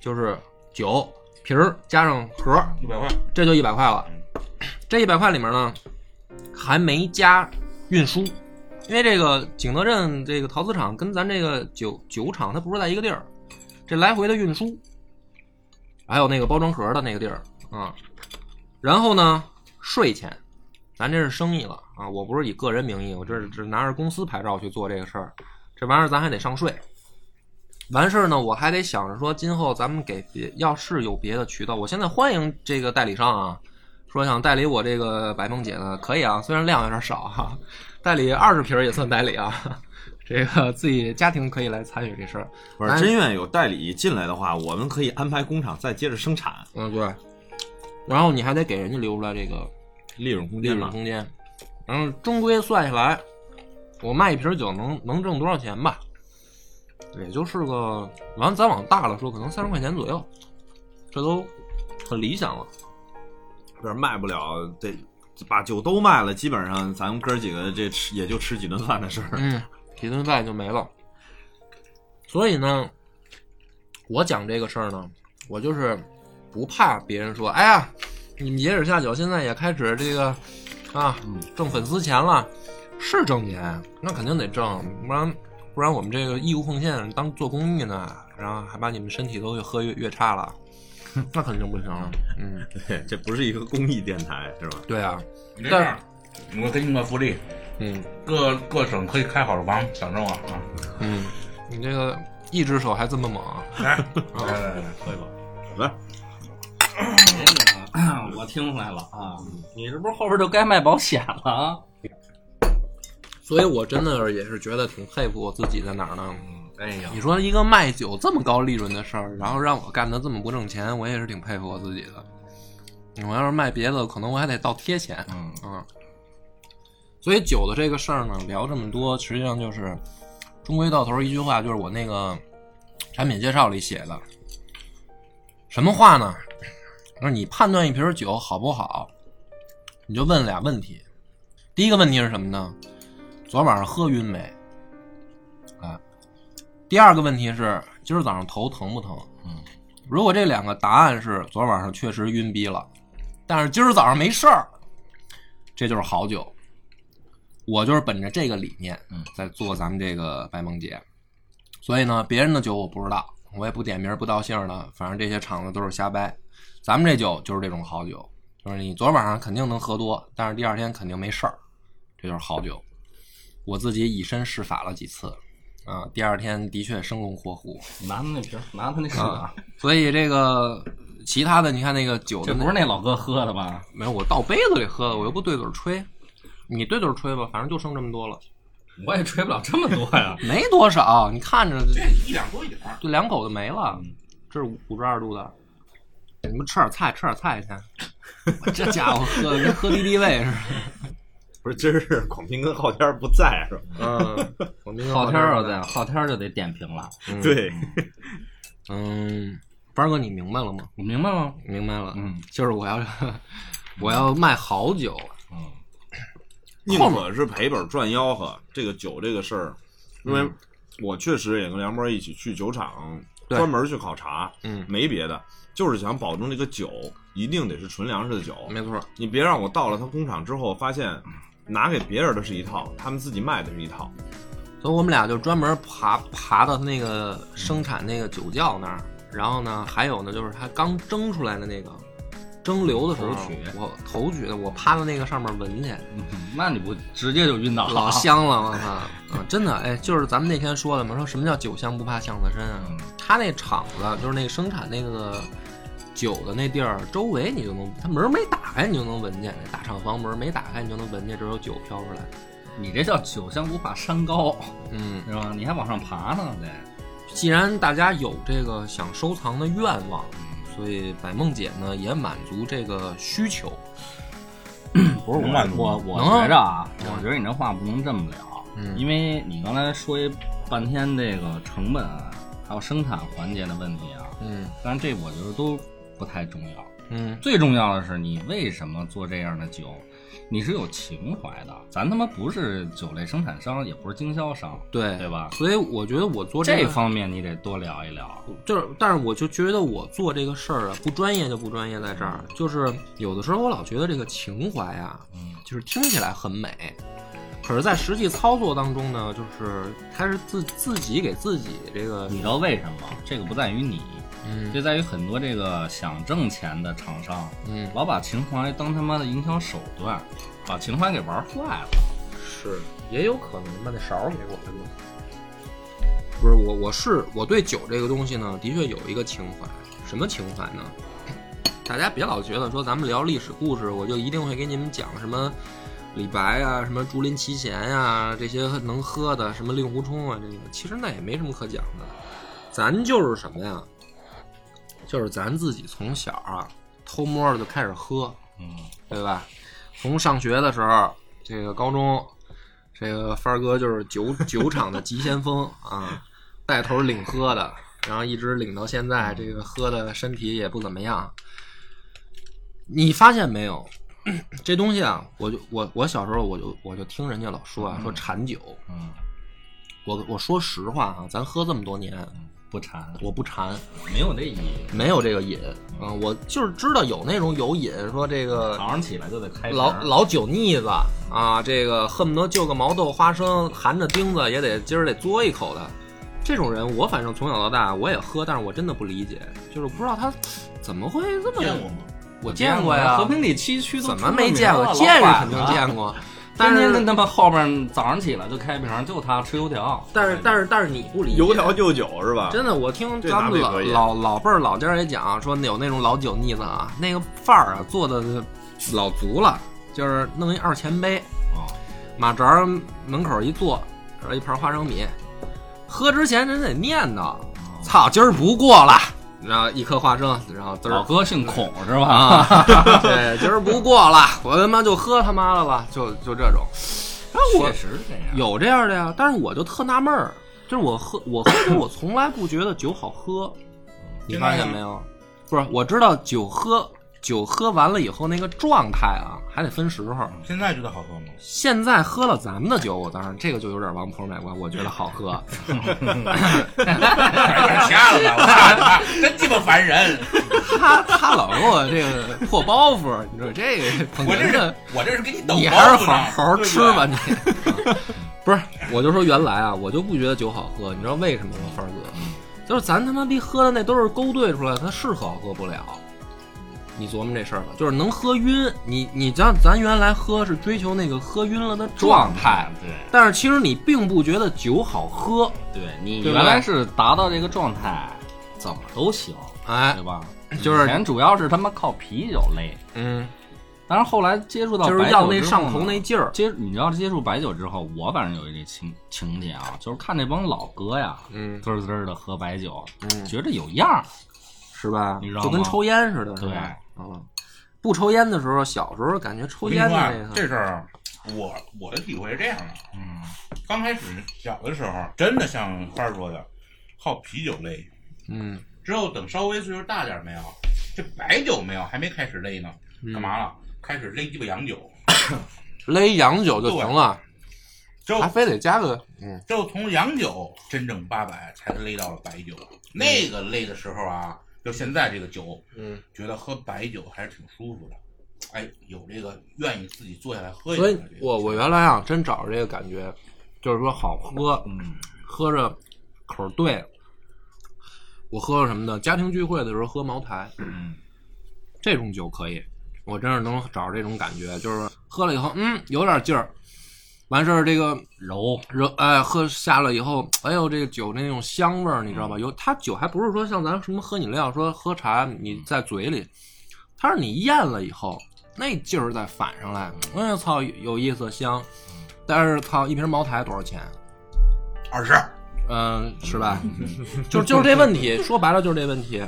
Speaker 1: 就是酒瓶儿加上盒儿，
Speaker 2: 一百块，
Speaker 1: 这就一百块了。 这一百块里面呢，还没加运输，因为这个景德镇这个陶瓷厂跟咱这个酒酒厂它不是在一个地儿，这来回的运输，还有那个包装盒的那个地儿啊、然后呢，税钱，咱这是生意了啊，我不是以个人名义，我这是只拿着公司牌照去做这个事儿，这玩意儿咱还得上税。完事儿呢，我还得想着说，今后咱们给别要是有别的渠道，我现在欢迎这个代理商啊，说想代理我这个白梦姐呢，可以啊，虽然量有点少哈、代理二十瓶儿也算代理啊， 这个自己家庭可以来参与这事儿。
Speaker 3: 不是真愿有代理进来的话，我们可以安排工厂再接着生产，
Speaker 1: 嗯，对。然后你还得给人家留出来这个
Speaker 3: 利润空
Speaker 1: 利
Speaker 3: 间
Speaker 1: 润
Speaker 3: 嘛。
Speaker 1: 空间，然后终归算下来，我卖一瓶酒能能挣多少钱吧？也就是个，完咱往大了说，可能三十块钱左右，这都很理想了。
Speaker 3: 不是卖不了，得把酒都卖了，基本上咱们哥几个这吃也就吃几顿饭的事儿。
Speaker 1: 嗯，几顿饭就没了。所以呢，我讲这个事儿呢，我就是不怕别人说，哎呀，你们野史下酒现在也开始这个啊挣粉丝钱了，是挣钱，那肯定得挣，不然不然我们这个义务奉献当做公益呢，然后还把你们身体都越喝越越差 了，那肯定不行了。 嗯，
Speaker 3: 对， 这不是一个公益电台，是吧？
Speaker 1: 对啊，
Speaker 2: 你这样，我给你们福利，
Speaker 1: 嗯
Speaker 2: 各各省可以开好房等着我啊！
Speaker 1: 嗯，你这个一只手还这么猛啊，
Speaker 2: 来，来来来，
Speaker 3: 喝一口，来，
Speaker 4: 这个哎我听出来了啊，你这不是后边就该卖保险了啊？
Speaker 1: 所以我真的也是觉得挺佩服我自己在哪儿呢？
Speaker 4: 哎呀，
Speaker 1: 你说一个卖酒这么高利润的事儿，然后让我干的这么不挣钱，我也是挺佩服我自己的。我要是卖别的，可能我还得倒贴钱。
Speaker 4: 嗯
Speaker 1: 嗯，所以酒的这个事儿呢，聊这么多，实际上就是终归到头一句话，就是我那个产品介绍里写的，什么话呢？那你判断一瓶酒好不好，你就问俩问题。第一个问题是什么呢？昨晚上喝晕没？啊，第二个问题是今儿早上头疼不疼？
Speaker 4: 嗯，
Speaker 1: 如果这两个答案是昨晚上确实晕逼了，但是今儿早上没事儿，这就是好酒。我就是本着这个理念，
Speaker 4: 嗯，
Speaker 1: 在做咱们这个白梦姐。所以呢，别人的酒我不知道，我也不点名不道姓的，反正这些厂子都是瞎掰。咱们这酒就是这种好酒，就是你昨晚上肯定能喝多，但是第二天肯定没事儿，这就是好酒。我自己以身试法了几次，啊，第二天的确生龙活虎。
Speaker 4: 拿他那瓶儿，拿他那试啊，
Speaker 1: 所以这个其他的，你看那个酒
Speaker 4: 这
Speaker 1: 的
Speaker 4: 不是那老哥喝的吧？
Speaker 1: 没有，我倒杯子里喝的，我又不对嘴吹。你对嘴吹吧，反正就剩这么多了，。
Speaker 4: 我也吹不了这么多 呀
Speaker 1: 没多少。你看着
Speaker 2: 这一两多一点儿，
Speaker 1: 就两口子没了，这是五十二度的。你们吃点菜，吃点菜去。我这家伙喝的跟喝敌敌畏似的。
Speaker 3: 不是，今儿是广平跟昊天儿不在是吧？
Speaker 1: 嗯，我明
Speaker 4: 昊天儿啊要在，昊天儿就得点评了。
Speaker 3: 对，
Speaker 1: 嗯，班哥，你明白了吗？
Speaker 4: 我明白吗？
Speaker 1: 明白了，
Speaker 4: 嗯，
Speaker 1: 就是我要 我要卖好酒，
Speaker 4: 嗯，
Speaker 3: 宁可是赔本赚吆喝。这个酒这个事儿，因为我确实也跟梁波一起去酒厂，
Speaker 1: 对
Speaker 3: 专门去考察，
Speaker 1: 嗯，
Speaker 3: 没别的，就是想保证这个酒一定得是纯粮食的酒。
Speaker 1: 没错，
Speaker 3: 你别让我到了他工厂之后，发现拿给别人的是一套，他们自己卖的是一套。
Speaker 1: 所以我们俩就专门爬爬到他那个生产那个酒窖那儿，然后呢，还有呢，就是他刚蒸出来的那个蒸馏的时候，
Speaker 4: 头啊取
Speaker 1: 我头取的，我趴到那个上面闻去，
Speaker 4: 那你不直接就晕倒
Speaker 1: 老
Speaker 4: 了？啊
Speaker 1: 香了，我操！啊，真的，哎，就是咱们那天说的嘛，说什么叫酒香不怕巷子深啊？
Speaker 4: 嗯
Speaker 1: 他那厂子就是那个生产那个酒的那地儿，周围你就能，他门没打开你就能闻见，那大厂房门没打开你就能闻见这有酒飘出来。
Speaker 4: 你这叫酒香不怕山高，
Speaker 1: 嗯，
Speaker 4: 是吧？你还往上爬呢，得。
Speaker 1: 既然大家有这个想收藏的愿望，所以百梦姐呢也满足这个需求。
Speaker 4: 不是
Speaker 2: 能满足
Speaker 4: 我我
Speaker 1: 能啊
Speaker 4: 觉着啊，我觉得你这话不能这么聊，
Speaker 1: 嗯
Speaker 4: 因为你刚才说一半天这个成本啊，还有生产环节的问题啊，
Speaker 1: 嗯
Speaker 4: 但这我觉得都不太重要。
Speaker 1: 嗯，
Speaker 4: 最重要的是，你为什么做这样的酒？你是有情怀的。咱他妈不是酒类生产商，也不是经销商，
Speaker 1: 对
Speaker 4: 对吧？
Speaker 1: 所以我觉得我做
Speaker 4: 这
Speaker 1: 个
Speaker 4: 方面你得多聊一聊。
Speaker 1: 就是，但是我就觉得我做这个事儿啊，不专业就不专业在这儿，就是有的时候我老觉得这个情怀啊，
Speaker 4: 嗯
Speaker 1: 就是听起来很美，可是，在实际操作当中呢，就是它是自自己给自己这个，
Speaker 4: 你知道为什么？这个不在于你，
Speaker 1: 嗯
Speaker 4: 这在于很多这个想挣钱的厂商，
Speaker 1: 嗯，
Speaker 4: 老把情怀当他妈的营销手段，把情怀给玩坏了。
Speaker 1: 是也有可能把那勺儿给我了。不是我，我是我对酒这个东西呢，的确有一个情怀。什么情怀呢？大家别老觉得说咱们聊历史故事，我就一定会给你们讲什么李白啊、什么竹林七贤呀、这些能喝的，什么令狐冲啊，这个其实那也没什么可讲的。咱就是什么呀？就是咱自己从小啊偷摸的就开始喝，
Speaker 4: 嗯，
Speaker 1: 对吧？从上学的时候，这个高中，这个帆儿哥就是 酒酒厂的急先锋啊，带头领喝的，然后一直领到现在，这个喝的身体也不怎么样。你发现没有？ 这东西啊，我就我我小时候我就我就听人家老说啊，说馋酒。
Speaker 4: 嗯，
Speaker 1: 我我说实话啊，咱喝这么多年，
Speaker 4: 不馋，
Speaker 1: 我不馋，
Speaker 4: 没有这瘾，
Speaker 1: 没有这个瘾啊、我就是知道有那种有瘾，说这个
Speaker 4: 早上起来就得开瓶
Speaker 1: 老老酒腻子啊，这个恨不得就个毛豆花生，含着钉子也得今儿得嘬一口的。这种人，我反正从小到大我也喝，但是我真的不理解，就是不知道他怎么会这么
Speaker 2: 见过吗？
Speaker 1: 我见过呀，
Speaker 4: 和平里七区都
Speaker 1: 怎
Speaker 4: 出
Speaker 1: 么
Speaker 4: 了
Speaker 1: 没
Speaker 4: 名
Speaker 1: 见过？
Speaker 4: 了
Speaker 1: 见
Speaker 4: 老
Speaker 1: 是
Speaker 4: 板
Speaker 1: 肯定
Speaker 4: 啊
Speaker 1: 见过，但
Speaker 4: 但是
Speaker 1: 是
Speaker 4: 他妈后面早上起来就开瓶，就他吃油条。
Speaker 1: 但是但是但是你不理解，
Speaker 3: 油条就酒是吧？
Speaker 1: 真的，我听
Speaker 3: 这
Speaker 1: 咱
Speaker 3: 哪
Speaker 1: 们
Speaker 3: 里
Speaker 1: 老
Speaker 3: 可以
Speaker 1: 老老辈儿老家儿也讲，啊说有那种老酒腻子啊，那个范儿啊做的老足了，就是弄一二钱杯，
Speaker 4: 哦
Speaker 1: 马扎儿门口一坐，然后一盘花生米，喝之前人得念叨，操，今儿不过了，然后一颗花生，然后滋
Speaker 4: 老
Speaker 1: 儿。
Speaker 4: 哥姓孔是吧？
Speaker 1: 啊， 对，今儿不过了，我他妈就喝他妈的了，就就这种。然后哎我
Speaker 4: 确实是这样。
Speaker 1: 有这样的呀，但是我就特纳闷儿，就是我喝我喝酒，我从来不觉得酒好喝，你发现没有？不是，我知道酒喝酒喝完了以后那个状态啊，还得分时候。
Speaker 5: 现在觉得好喝吗？
Speaker 1: 现在喝了咱们的酒，我当然这个就有点王婆卖瓜，我觉得好喝。
Speaker 5: 快点 下了吧，我操你妈，真鸡巴烦人！
Speaker 1: 他他老给我这个破包袱，你说这个捧
Speaker 5: 我这
Speaker 1: 哏
Speaker 5: 是
Speaker 1: 的，
Speaker 5: 我这是给你抖
Speaker 1: 你
Speaker 5: 包
Speaker 1: 还是
Speaker 5: 袱
Speaker 1: 好
Speaker 5: 呢。
Speaker 1: 好好吃吧你。不是，我就说原来啊，我就不觉得酒好喝，你知道为什么吗，范儿哥？就是咱他妈逼喝的那都是勾兑出来的，它是好喝不了。你琢磨这事儿吧，就是能喝晕。你你像咱原来喝是追求那个喝晕了的状态，
Speaker 4: 对
Speaker 1: 但是其实你并不觉得酒好喝，
Speaker 4: 对，你
Speaker 1: 对
Speaker 4: 原
Speaker 1: 吧
Speaker 4: 来是达到这个状态，怎么都行，
Speaker 1: 哎
Speaker 4: 对，吧？
Speaker 1: 就是
Speaker 4: 以前主要是他妈靠啤酒累，
Speaker 1: 嗯，
Speaker 4: 但是后来接触到
Speaker 1: 就是
Speaker 4: 白
Speaker 1: 要
Speaker 4: 酒
Speaker 1: 那
Speaker 4: 之后
Speaker 1: 上
Speaker 4: 呢
Speaker 1: 头那劲儿，
Speaker 4: 接你知道接触白酒之后，我反正有一个情情节啊，就是看那帮老哥呀，
Speaker 1: 嗯
Speaker 4: 滋儿滋儿的喝白酒，
Speaker 1: 嗯，
Speaker 4: 觉着有样儿。
Speaker 1: 是吧
Speaker 4: 你知道？吗
Speaker 1: 就跟抽烟似的，是
Speaker 4: 对
Speaker 1: 吧？嗯，不抽烟的时候，小时候感觉抽烟的那
Speaker 5: 另
Speaker 1: 个，
Speaker 5: 外啊这事儿，我我的体会是这样的：
Speaker 4: 嗯，
Speaker 5: 刚开始小的时候，真的像花儿说的，靠啤酒累。
Speaker 1: 嗯，
Speaker 5: 之后等稍微岁数大点儿没有，这白酒没有，还没开始累呢，
Speaker 1: 嗯
Speaker 5: 干嘛了？开始勒鸡巴洋酒。
Speaker 1: 勒洋酒就行了，
Speaker 5: 之后
Speaker 1: 还非得加个嗯
Speaker 5: 之后从洋酒真正八百才勒到了白酒，那个勒的时候啊，就现在这个酒，
Speaker 1: 嗯。
Speaker 5: 觉得喝白酒还是挺舒服的。哎，有这个愿意自己坐下来喝一
Speaker 1: 所
Speaker 5: 杯
Speaker 1: 以
Speaker 5: 的这个劲儿。
Speaker 1: 我我原来啊，真找着这个感觉，就是说好喝，
Speaker 4: 嗯，
Speaker 1: 喝着口儿对。我喝过什么呢？家庭聚会的时候喝茅台，
Speaker 4: 嗯，
Speaker 1: 这种酒可以，我真是能找着这种感觉，就是喝了以后，嗯，有点劲儿。完事儿，这个
Speaker 4: 柔，
Speaker 1: 热哎，喝下了以后，哎呦，这个酒那种香味儿，你知道
Speaker 5: 嗯
Speaker 1: 吧？有它酒还不是说像咱什么喝饮料，说喝茶你
Speaker 5: 嗯
Speaker 1: 在嘴里，它是你咽了以后，那劲儿再反上来，哎呦操，有意思香。但是操，一瓶茅台多少钱？
Speaker 5: 二十，
Speaker 1: 嗯，是吧？就就是这问题， 说白了就是这问题。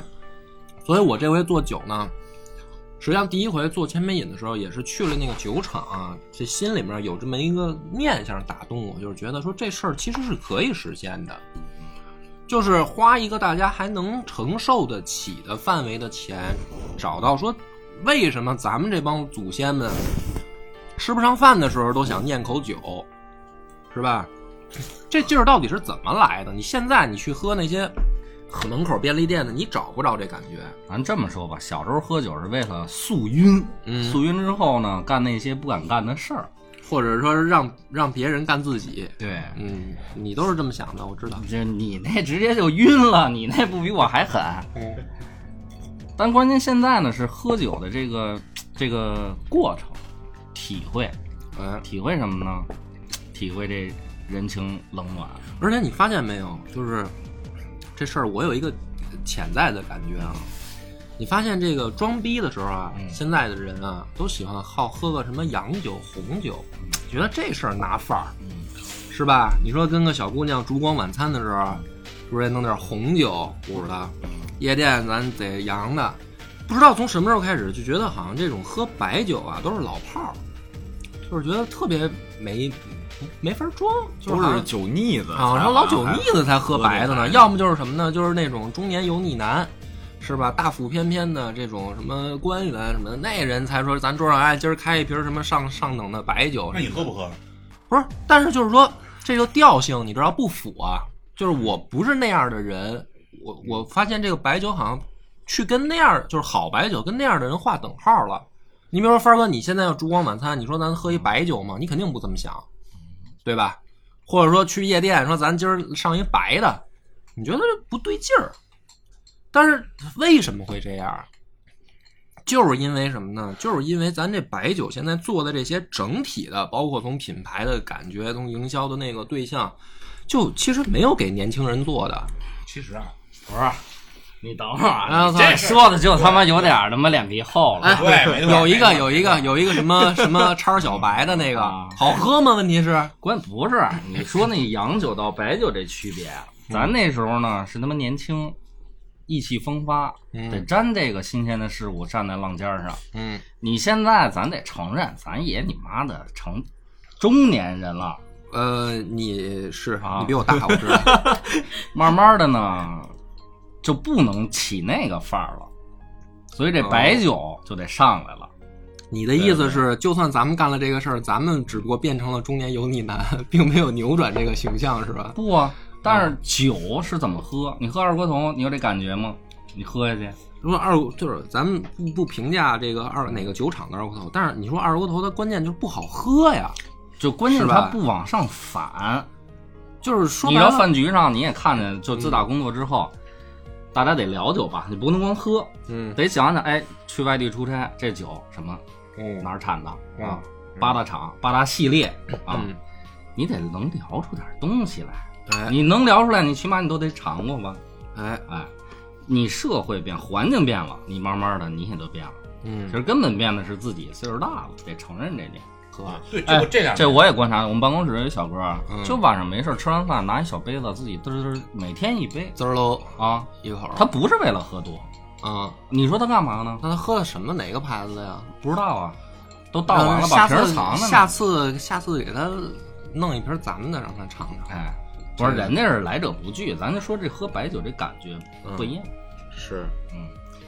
Speaker 1: 所以我这回做酒呢，实际上第一回做千杯饮的时候，也是去了那个酒厂啊，这心里面有这么一个念想打动我，就是觉得说这事儿其实是可以实现的，就是花一个大家还能承受得起的范围的钱，找到说为什么咱们这帮祖先们吃不上饭的时候都想念口酒，是吧？这劲儿到底是怎么来的？你现在你去喝那些门口便利店的，你找不着这感觉。
Speaker 4: 咱这么说吧，小时候喝酒是为了速晕，
Speaker 1: 嗯
Speaker 4: 速晕之后呢，干那些不敢干的事儿。
Speaker 1: 或者说是让让别人干自己。
Speaker 4: 对，
Speaker 1: 嗯，你都是这么想的，我知道。
Speaker 4: 这你那直接就晕了，你那不比我还狠。但关键现在呢是喝酒的这个这个过程，体会
Speaker 1: 嗯，
Speaker 4: 体会什么呢？体会这人情冷暖。
Speaker 1: 而且你发现没有，就是这事儿，我有一个潜在的感觉啊。你发现这个装逼的时候啊，现在的人啊，都喜欢好喝个什么洋酒、红酒，觉得这事儿拿范儿，是吧？你说跟个小姑娘烛光晚餐的时候，啊是不是得弄点红酒捂着她？夜店咱得洋的，不知道从什么时候开始，就觉得好像这种喝白酒啊都是老炮儿，就是觉得特别没没法装，就是
Speaker 3: 都
Speaker 1: 好像
Speaker 3: 是酒腻子
Speaker 1: 啊，然后老酒腻子才喝白的呢，要么就是什么呢？就是那种中年油腻男，是吧？大腹翩翩的这种什么官员什么的，那人才说咱桌上哎，今儿开一瓶什么上上等的白酒
Speaker 5: 那，你喝不喝？
Speaker 1: 不是？但是就是说这个调性，你知道不符啊？就是我不是那样的人，我我发现这个白酒好像去跟那样就是好白酒跟那样的人划等号了。你比如说帆儿哥，你现在要烛光晚餐，你说咱喝一白酒嘛，你肯定不这么想，对吧？或者说去夜店，说咱今儿上一白的，你觉得这不对劲儿。但是为什么会这样？就是因为什么呢？就是因为咱这白酒现在做的这些整体的，包括从品牌的感觉，从营销的那个对象，就其实没有给年轻人做的。
Speaker 5: 其实啊，
Speaker 4: 不是，你等会儿
Speaker 1: 啊
Speaker 4: 啊，你
Speaker 1: 操
Speaker 4: 这说的就他妈有点儿他妈脸皮厚了。
Speaker 1: 哎
Speaker 5: 对，没错
Speaker 1: 有一个
Speaker 5: 没错
Speaker 1: 有一个有一个什么什么叉小白的那个
Speaker 4: 啊
Speaker 1: 好喝吗？问题是，
Speaker 4: 关键不是你说那洋酒到白酒这区别，
Speaker 1: 嗯
Speaker 4: 咱那时候呢是他妈年轻，意气风发，
Speaker 1: 嗯
Speaker 4: 得沾这个新鲜的事物，站在浪尖儿上。
Speaker 1: 嗯，
Speaker 4: 你现在咱得承认，咱也你妈的成中年人了，
Speaker 1: 呃，你是
Speaker 4: 啊
Speaker 1: 你比我大，我知 道。
Speaker 4: 慢慢的呢就不能起那个范儿了。所以这
Speaker 1: 哦
Speaker 4: 白酒就得上来了。
Speaker 1: 你的意思是，就算咱们干了这个事儿，咱们只不过变成了中年油腻男，并没有扭转这个形象，是吧？
Speaker 4: 不啊，但
Speaker 1: 哦
Speaker 4: 是酒是怎么喝？你喝二锅头，你有这感觉吗？你喝下去，
Speaker 1: 如果二锅就是咱们不不评价这个二哪个酒厂的二锅头，但是你说二锅头它关键就是不好喝呀，
Speaker 4: 就关键
Speaker 1: 是
Speaker 4: 它
Speaker 1: 吧
Speaker 4: 不往上反。
Speaker 1: 就是说
Speaker 4: 你
Speaker 1: 白
Speaker 4: 到
Speaker 1: 了，
Speaker 4: 饭局上你也看见，就自打工作之后，大家得聊酒吧，你不能光喝，
Speaker 1: 嗯
Speaker 4: 得想想，哎，去外地出差这酒什么
Speaker 1: 嗯
Speaker 4: 哪儿产的
Speaker 1: 嗯
Speaker 4: 啊？八大厂、八大系列啊，
Speaker 1: 嗯，
Speaker 4: 你得能聊出点东西来。
Speaker 1: 哎
Speaker 4: 你能聊出来，你起码你都得尝过吧？
Speaker 1: 哎
Speaker 4: 哎，你社会变，环境变了，你慢慢的你也就变了。其
Speaker 1: 嗯
Speaker 4: 实根本变的是自己，岁数大了，得承认这点。
Speaker 1: 喝，
Speaker 5: 对，这
Speaker 4: 哎
Speaker 5: 我这两
Speaker 4: 这
Speaker 5: 年
Speaker 4: 我也观察，我们办公室有一小哥啊，
Speaker 1: 嗯
Speaker 4: 就晚上没事儿吃完饭拿一小杯子，自己嘚嘚嘚，每天一杯
Speaker 1: 滋儿喽
Speaker 4: 啊。
Speaker 1: 一口，
Speaker 4: 他不是为了喝多，
Speaker 1: 嗯，
Speaker 4: 你说他干嘛呢？
Speaker 1: 那他喝的什么哪个牌子呀？
Speaker 4: 不知道啊，都倒完了，把
Speaker 1: 呃下
Speaker 4: 瓶儿
Speaker 1: 次
Speaker 4: 藏着
Speaker 1: 下
Speaker 4: 呢。
Speaker 1: 次下次给他弄一瓶咱们的让他尝尝，
Speaker 4: 哎，不是，人家是来者不拒，咱就说这喝白酒这感觉
Speaker 1: 嗯
Speaker 4: 不一样。
Speaker 3: 是，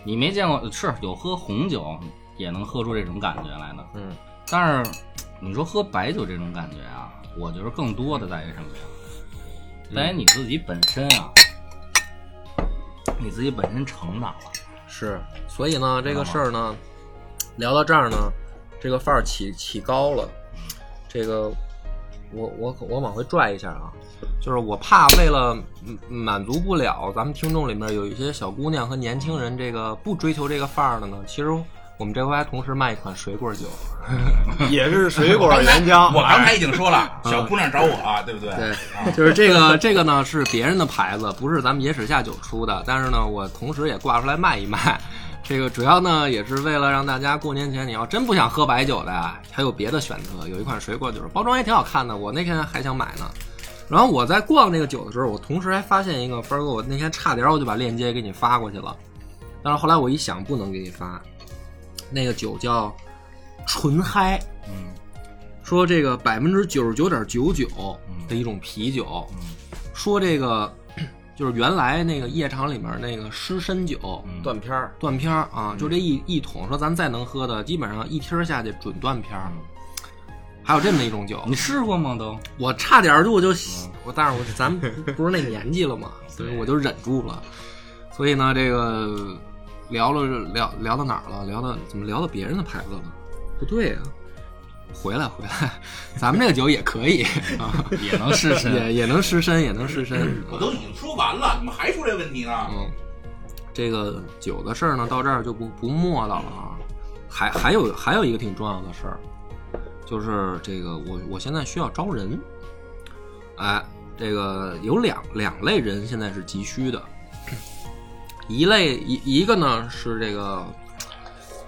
Speaker 4: 你没见过是有喝红酒也能喝出这种感觉来的，
Speaker 1: 嗯，
Speaker 4: 但是你说喝白酒这种感觉啊，我觉得更多的在于什么呀？在于
Speaker 1: 嗯
Speaker 4: 你自己本身啊，你自己本身成长了，
Speaker 1: 是，所以呢，这个事儿呢，聊到这儿呢，这个范儿起起高了，这个我我我往回拽一下啊，就是我怕为了嗯满足不了咱们听众里面有一些小姑娘和年轻人这个不追求这个范儿的呢，其实我们这回还同时卖一款水果酒，
Speaker 3: 也是水 果原
Speaker 5: 我
Speaker 3: 浆，
Speaker 5: 刚才已经说了，小姑娘找我啊，对不对？
Speaker 1: 对
Speaker 5: 啊，
Speaker 1: 就是这个这个呢是别人的牌子，不是咱们野史下酒出的，但是呢，我同时也挂出来卖一卖。这个主要呢也是为了让大家过年前，你要真不想喝白酒的呀，还有别的选择，有一款水果酒，包装也挺好看的，我那天还想买呢。然后我在逛这个酒的时候，我同时还发现一个分儿哥，我那天差点我就把链接给你发过去了，但是后来我一想不能给你发，那个酒叫纯嗨，
Speaker 4: 嗯
Speaker 1: 说这个百分之九十九点九九
Speaker 4: 嗯
Speaker 1: 的一种啤酒，
Speaker 4: 嗯
Speaker 1: 说这个就是原来那个夜场里面那个湿身酒
Speaker 4: 嗯，
Speaker 3: 断片儿，
Speaker 1: 断片儿啊，就这一一桶，说咱再能喝的，基本上一听下去准断片儿
Speaker 4: 嗯。
Speaker 1: 还有这么一种酒，
Speaker 4: 你试过吗？都
Speaker 1: 我差点儿就我就
Speaker 4: 嗯
Speaker 1: 我，但是我咱们不是那年纪了嘛，所以我就忍住了。所以呢，这个聊了聊聊到哪儿了？聊到怎么聊到别人的牌子了？不对啊，回来回来， 咱们这个酒也可以，啊、
Speaker 4: 也能试试。
Speaker 1: 也也能失身，也能失身。
Speaker 5: 我都已经说完了，你们还说这问题呢？
Speaker 1: 嗯，这个酒的事儿呢，到这儿就不不磨叨了啊。还还有还有一个挺重要的事儿，就是这个我我现在需要招人，哎，这个有两两类人现在是急需的，一类一一个呢是这个，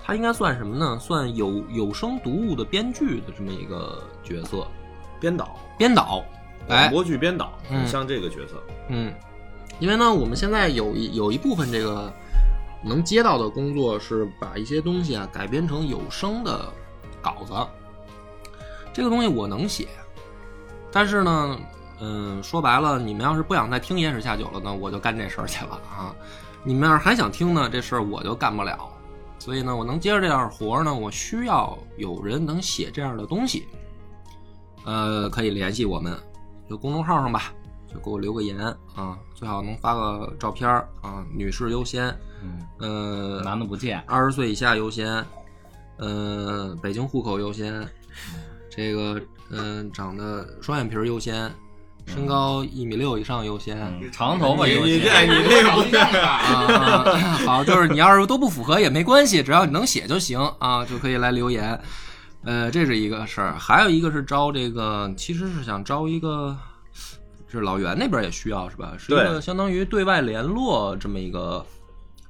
Speaker 1: 他应该算什么呢？算有有声读物的编剧的这么一个角色，
Speaker 3: 编导，
Speaker 1: 编导，
Speaker 3: 广
Speaker 1: 哎，
Speaker 3: 播剧编导，
Speaker 1: 嗯
Speaker 3: 很像这个角色，
Speaker 1: 嗯，因为呢，我们现在有一有一部分这个能接到的工作是把一些东西啊改编成有声的稿子。这个东西我能写，但是呢，嗯，说白了，你们要是不想再听野史下酒了呢，我就干这事儿去了啊。你们要是还想听呢，这事儿我就干不了。所以呢，我能接着这样活儿呢，我需要有人能写这样的东西。呃，可以联系我们，就公众号上吧，就给我留个言啊，最好能发个照片儿啊，女士优先，
Speaker 4: 嗯，
Speaker 1: 呃，
Speaker 4: 男的不见，
Speaker 1: 二十岁以下优先，呃，北京户口优先，这个嗯、长得双眼皮儿优先，身高一米六以上优先。
Speaker 4: 嗯长头发有
Speaker 3: 你
Speaker 4: 些
Speaker 3: 这哎你这个不
Speaker 5: 一样的。
Speaker 1: 啊，好，就是你要是都不符合也没关系，只要你能写就行啊，就可以来留言。呃，这是一个事儿，还有一个是招这个，其实是想招一个，是老袁那边也需要是吧？是一个
Speaker 3: 对
Speaker 1: 相当于对外联络这么一个，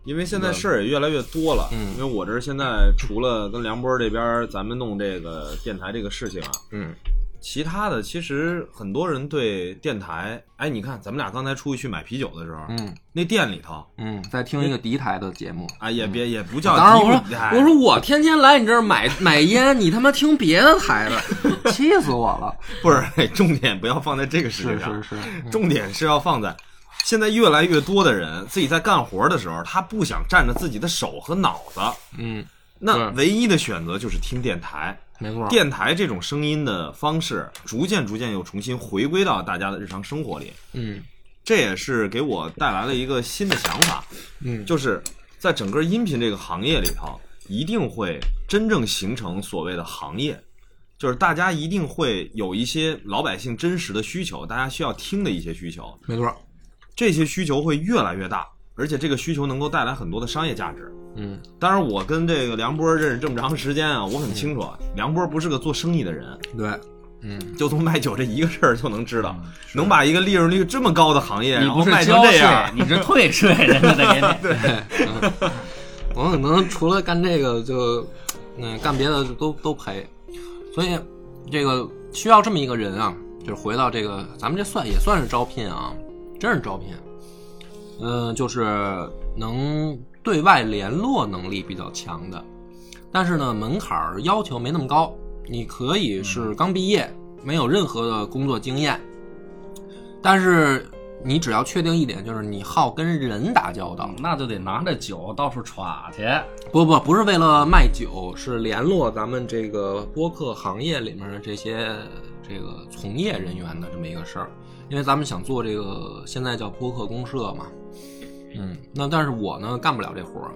Speaker 3: 因为现在事儿也越来越多了，
Speaker 1: 嗯
Speaker 3: 因为我这儿现在除了跟梁波这边儿咱们弄这个电台这个事情啊，
Speaker 1: 嗯
Speaker 3: 其他的其实很多人对电台，哎，你看咱们俩刚才出去去买啤酒的时候，
Speaker 1: 嗯
Speaker 3: 那店里头，
Speaker 1: 嗯，在听一个敌台的节目。
Speaker 3: 哎，也别也不叫
Speaker 1: 嗯当然
Speaker 3: 低
Speaker 1: 我说
Speaker 3: 谷哎
Speaker 1: 我说我天天来你这儿买买烟，你他妈听别的台 的，气死我了！
Speaker 3: 哎不是，重点不要放在这个事
Speaker 1: 是嗯
Speaker 3: 情上，
Speaker 1: 是是，
Speaker 3: 重点是要放在现在越来越多的人自己在干活的时候，他不想占着自己的手和脑子，
Speaker 1: 嗯，
Speaker 3: 那
Speaker 1: 对啊
Speaker 3: 唯一的选择就是听电台。
Speaker 1: 没错，
Speaker 3: 电台这种声音的方式，逐渐逐渐又重新回归到大家的日常生活里，
Speaker 1: 嗯
Speaker 3: 这也是给我带来了一个新的想法，
Speaker 1: 嗯，
Speaker 3: 就是在整个音频这个行业里头，一定会真正形成所谓的行业，就是大家一定会有一些老百姓真实的需求，大家需要听的一些需求，
Speaker 1: 没错，
Speaker 3: 这些需求会越来越大，而且这个需求能够带来很多的商业价值。
Speaker 1: 嗯
Speaker 3: 当然，我跟这个梁波认识这么长时间啊，我很清楚，梁波不是个做生意的人，
Speaker 1: 对，嗯，
Speaker 3: 就从卖酒这一个事儿就能知道，能把一个利润率这么高的行业，然后
Speaker 4: 嗯不是
Speaker 3: 卖成
Speaker 4: 交
Speaker 3: 这
Speaker 4: 税
Speaker 3: 样，，
Speaker 4: 你是退税，人家得给你。
Speaker 1: 我可能除了干这个就，嗯，干别的都都赔，所以这个需要这么一个人啊，就是回到这个咱们这算也算是招聘啊，真是招聘，嗯、就是能对外联络能力比较强的，但是呢门槛儿要求没那么高，你可以是刚毕业，没有任何的工作经验，但是你只要确定一点，就是你好跟人打交道。
Speaker 4: 那就得拿着酒到处耍去。
Speaker 1: 不不不是为了卖酒，是联络咱们这个播客行业里面的这些这个从业人员的这么一个事儿，因为咱们想做这个现在叫播客公社嘛，嗯，那但是我呢干不了这活儿，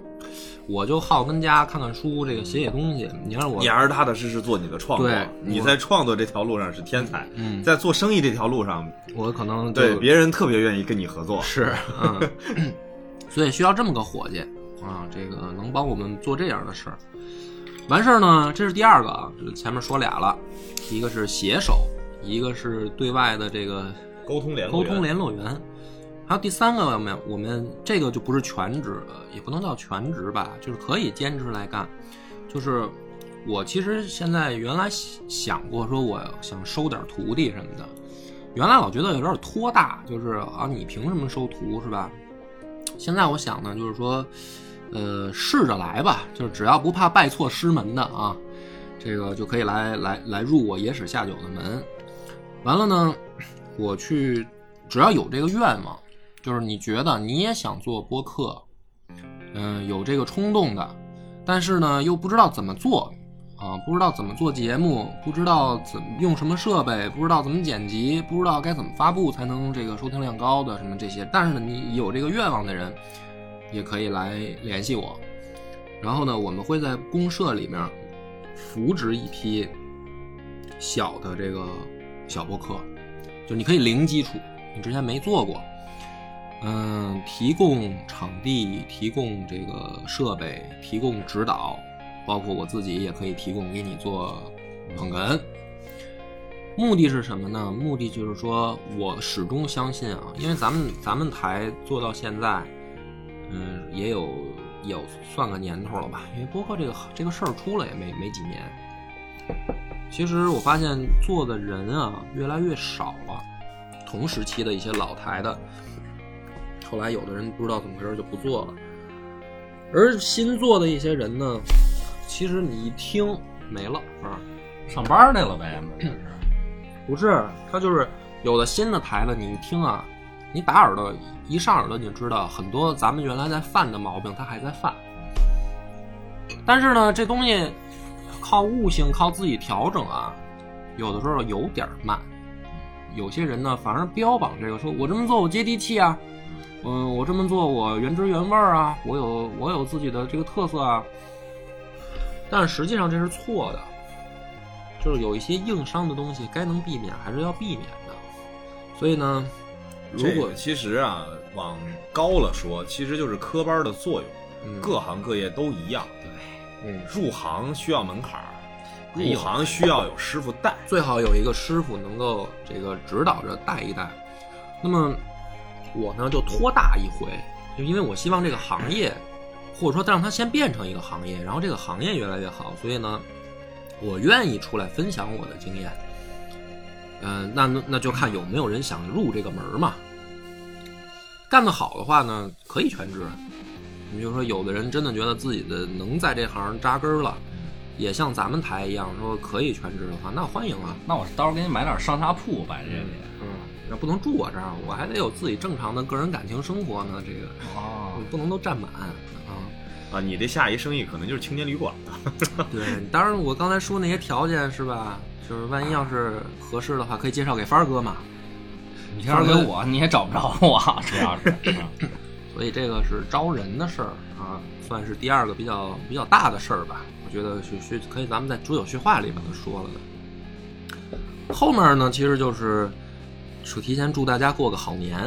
Speaker 1: 我就好跟家看看书，这个写写东西。你让我
Speaker 3: 你还是踏踏实实做你的创作
Speaker 1: 对。
Speaker 3: 你
Speaker 1: 我
Speaker 3: 在创作这条路上是天才，
Speaker 1: 嗯，
Speaker 3: 在做生意这条路上，
Speaker 1: 我可能就
Speaker 3: 对别人特别愿意跟你合作。
Speaker 1: 是，嗯，所以需要这么个伙计啊，这个能帮我们做这样的事儿。完事儿呢，这是第二个啊，这前面说俩了，一个是写手，一个是对外的这个
Speaker 3: 沟通联络
Speaker 1: 沟
Speaker 3: 员
Speaker 1: 通联络员，还有第三个我们我们这个就不是全职了，也不能叫全职吧，就是可以兼职来干。就是我其实现在原来想想过说我想收点徒弟什么的，原来老觉得有点拖大，就是啊你凭什么收徒是吧？现在我想呢，就是说，呃，试着来吧，就是只要不怕拜错师门的啊，这个就可以来来来入我野史下酒的门。完了呢，我去，只要有这个愿望，就是你觉得你也想做播客，嗯、有这个冲动的，但是呢又不知道怎么做啊，不知道怎么做节目，不知道怎么用什么设备，不知道怎么剪辑，不知道该怎么发布才能这个收听量高的什么这些，但是呢你有这个愿望的人，也可以来联系我。然后呢，我们会在公社里面扶植一批小的这个小播客，就你可以零基础，你之前没做过，嗯，提供场地，提供这个设备，提供指导，包括我自己也可以提供给你做捧哏。目的是什么呢？目的就是说我始终相信啊，因为咱们咱们台做到现在，嗯，也有也有算个年头了吧，因为播客这个这个事儿出来也没没几年。其实我发现做的人啊越来越少了，同时期的一些老台的，后来有的人不知道怎么回事就不做了，而新做的一些人呢，其实你一听没了啊，
Speaker 4: 上班去了呗，那就是
Speaker 1: 不是，他就是有的新的台了，你一听啊，你打耳朵一上耳朵，你就知道很多咱们原来在犯的毛病，他还在犯。但是呢，这东西靠悟性、靠自己调整啊，有的时候有点慢。有些人呢，反而标榜这个，说我这么做我接地气啊，嗯，我这么做我原汁原味儿啊，我有我有自己的这个特色啊。但实际上这是错的，就是有一些硬伤的东西，该能避免还是要避免的。所以呢，如
Speaker 3: 这
Speaker 1: 果
Speaker 3: 个其实啊，往高了说，其实就是科班的作用，
Speaker 1: 嗯
Speaker 3: 各行各业都一样。
Speaker 1: 嗯
Speaker 3: 入行需要门槛儿，
Speaker 1: 哎呦
Speaker 3: 入行需要有师傅带。
Speaker 1: 最好有一个师傅能够这个指导着带一带。那么我呢就托大一回，就因为我希望这个行业，或者说让它先变成一个行业，然后这个行业越来越好，所以呢，我愿意出来分享我的经验。嗯、那那那就看有没有人想入这个门儿嘛。干得好的话呢，可以全职。你就说，有的人真的觉得自己的能在这行扎根儿了，也像咱们啊台嗯那不能住我这儿，我还得有自己正常的个人感情生活呢。这个
Speaker 4: 哦
Speaker 1: 不能都占满啊。
Speaker 3: 啊，你这下一生意可能就是青年旅馆了。
Speaker 1: 啊对，当然我刚才说那些条件是吧？就是万一要是合适的话，可以介绍给帆儿哥嘛。
Speaker 4: 你先给我，你也找不着我，主要是。嗯
Speaker 1: 所以这个是招人的事儿啊，算是第二个比较比较大的事儿吧。我觉得是是可以，咱们在煮酒叙话里把它说了的。后面呢，其实就是是提前祝大家过个好年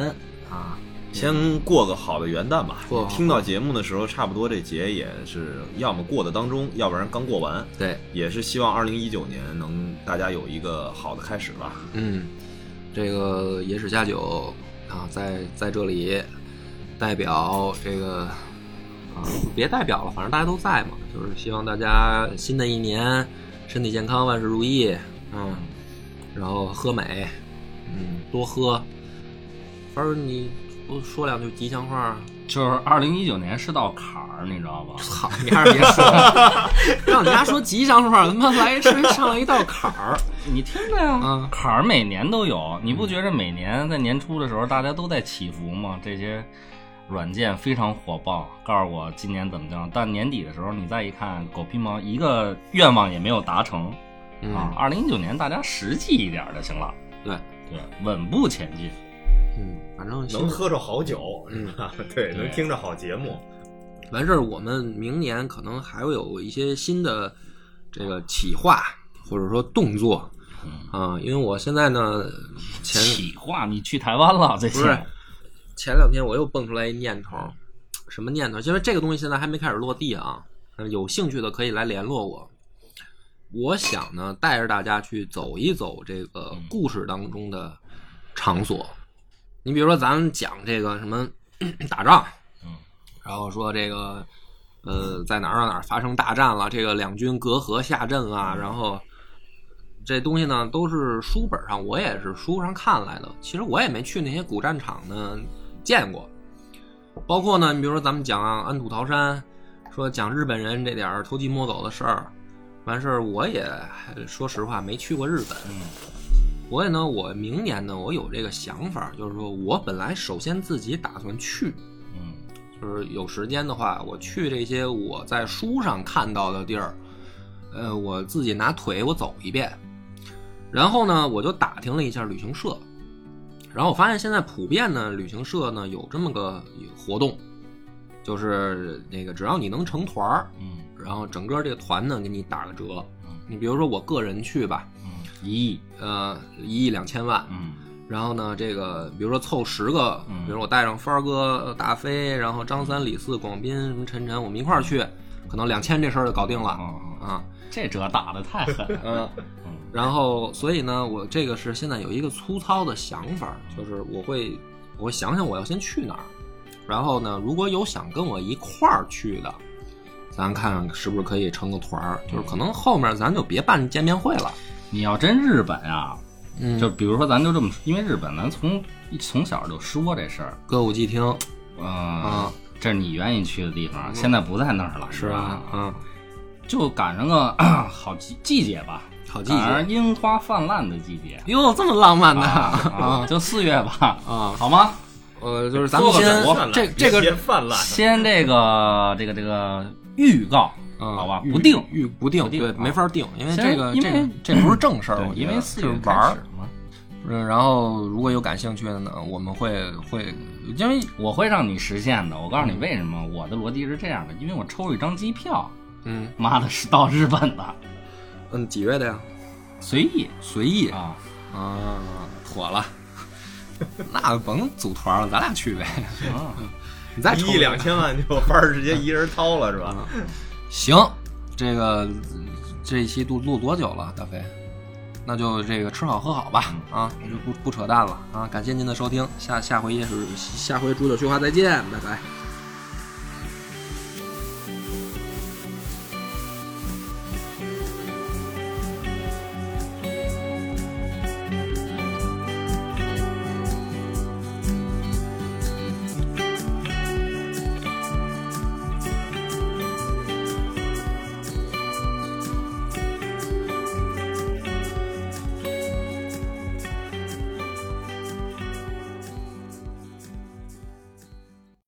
Speaker 1: 啊，
Speaker 3: 先过个好的元旦吧
Speaker 1: 过个。好
Speaker 3: 听到节目的时候，差不多这节也是要么过的当中，要不然刚过完。
Speaker 1: 对，
Speaker 3: 也是希望二零一九年能大家有一个好的开始吧。
Speaker 1: 嗯，这个野史下酒啊，在在这里代表这个啊，别代表了，反正大家都在嘛，就是希望大家新的一年身体健康，万事如意，嗯，然后喝美，嗯，多喝。反正你不说两句吉祥话啊，
Speaker 4: 就是二零一九年是道坎儿，你知道吧？
Speaker 1: 操，你还是别说了， 让你家说吉祥话，他妈来上上来一道坎儿，
Speaker 4: 你听着呀，
Speaker 1: 嗯
Speaker 4: 坎儿每年都有，你不觉着每年在年初的时候大家都在祈福吗？这些软件非常火爆，告诉我今年怎么样。但年底的时候，你再一看，狗屁毛一个愿望也没有达成
Speaker 1: 嗯，
Speaker 4: 啊！二零一九年大家实际一点儿就行了，
Speaker 1: 对，
Speaker 4: 对，稳步前进。
Speaker 1: 嗯，反正行
Speaker 3: 能喝着好酒，
Speaker 1: 嗯
Speaker 3: 对，
Speaker 4: 对
Speaker 3: 能听着好节目，
Speaker 1: 完事儿，我们明年可能还会有一些新的这个企划或者说动作啊、因为我现在呢 前
Speaker 4: 企划，你去台湾了？最近
Speaker 1: 不是前两天我又蹦出来一念头，什么念头？因为这个东西现在还没开始落地啊，嗯有兴趣的可以来联络我。我想呢，带着大家去走一走这个故事当中的场所。你比如说，咱们讲这个什么 打仗，
Speaker 4: 嗯，
Speaker 1: 然后说这个呃，在哪儿哪儿哪儿发生大战了，这个两军隔河下阵啊，然后这东西呢都是书本上，我也是书上看来的。其实我也没去那些古战场呢见过，包括呢，你比如说咱们讲啊安土桃山，说讲日本人这点儿偷鸡摸狗的事儿，完事儿我也说实话没去过日本。所以呢，我明年呢，我有这个想法，就是说我本来首先自己打算去，
Speaker 4: 嗯，
Speaker 1: 就是有时间的话，我去这些我在书上看到的地儿，呃，我自己拿腿我走一遍，然后呢，我就打听了一下旅行社，然后我发现现在普遍呢，旅行社呢有这么个活动，就是那个只要你能成团儿，
Speaker 4: 嗯
Speaker 1: 然后整个这个团呢给你打个折
Speaker 4: 嗯，
Speaker 1: 你比如说我个人去吧，
Speaker 4: 嗯，一亿，
Speaker 1: 呃，一亿两千万，
Speaker 4: 嗯
Speaker 1: 然后呢，这个比如说凑十个，
Speaker 4: 嗯
Speaker 1: 比如我带上帆儿哥、大飞，然后张三、李四、广斌、什么晨晨，我们一块儿去，可能两千这事儿就搞定了
Speaker 4: 嗯嗯，
Speaker 1: 啊。
Speaker 4: 这折打的太狠了。
Speaker 1: 嗯，
Speaker 4: 嗯
Speaker 1: 然后所以呢，我这个是现在有一个粗糙的想法，就是我会我会想想我要先去哪儿，然后呢，如果有想跟我一块儿去的，咱看看是不是可以成个团儿，就是可能后面咱就别办见面会了。
Speaker 4: 你要真日本啊，
Speaker 1: 嗯
Speaker 4: 就比如说，咱就这么，因为日本咱从从小就说这事儿，
Speaker 1: 歌舞伎厅
Speaker 4: 嗯、
Speaker 1: 啊，嗯
Speaker 4: 这是你愿意去的地方，现在不在那儿了，
Speaker 1: 是吧？嗯，
Speaker 4: 就赶上个 好季季节吧，
Speaker 1: 好季
Speaker 4: 赶
Speaker 1: 节。
Speaker 4: 上樱花泛滥的 季节
Speaker 1: 哟，这么浪漫的
Speaker 4: 啊，就四月吧，
Speaker 1: 啊！
Speaker 4: 好吗？
Speaker 1: 呃，就是咱们
Speaker 4: 做个
Speaker 1: 先
Speaker 4: 展
Speaker 3: 泛滥
Speaker 1: 这这
Speaker 3: 别
Speaker 1: 个
Speaker 3: 泛滥。
Speaker 4: 先这个这个这个预告，
Speaker 1: 嗯
Speaker 4: 好吧，不定，
Speaker 1: 预不定，
Speaker 4: 不定
Speaker 1: 对，
Speaker 4: 啊
Speaker 1: 没法定，因为
Speaker 4: 先
Speaker 1: 这个
Speaker 4: 因
Speaker 1: 这个
Speaker 4: 为
Speaker 1: 这不是正事儿，
Speaker 4: 对
Speaker 1: 我觉
Speaker 4: 因
Speaker 1: 得
Speaker 4: 为四
Speaker 1: 就
Speaker 4: 月
Speaker 1: 是
Speaker 4: 开
Speaker 1: 玩
Speaker 4: 始
Speaker 1: 儿。
Speaker 4: 嘛，
Speaker 1: 嗯然后如果有感兴趣的呢，我们会会，因为
Speaker 4: 我会让你实现的。我告诉你为什么，我的逻辑是这样的，因为我抽了一张机票，
Speaker 1: 嗯
Speaker 4: 妈的是到日本的，
Speaker 1: 嗯几月的呀？
Speaker 4: 随意
Speaker 1: 随意
Speaker 4: 啊。
Speaker 1: 啊，火了， 那甭组团了，咱俩去呗。
Speaker 4: 啊
Speaker 1: 你再抽
Speaker 3: 一亿两千万就班儿直接一人掏了是吧？
Speaker 1: 行，这个这一期录录多久了，大飞？那就这个吃好喝好吧，啊，我就不不扯淡了啊！感谢您的收听，下下回也是下回煮酒叙话再见，拜拜。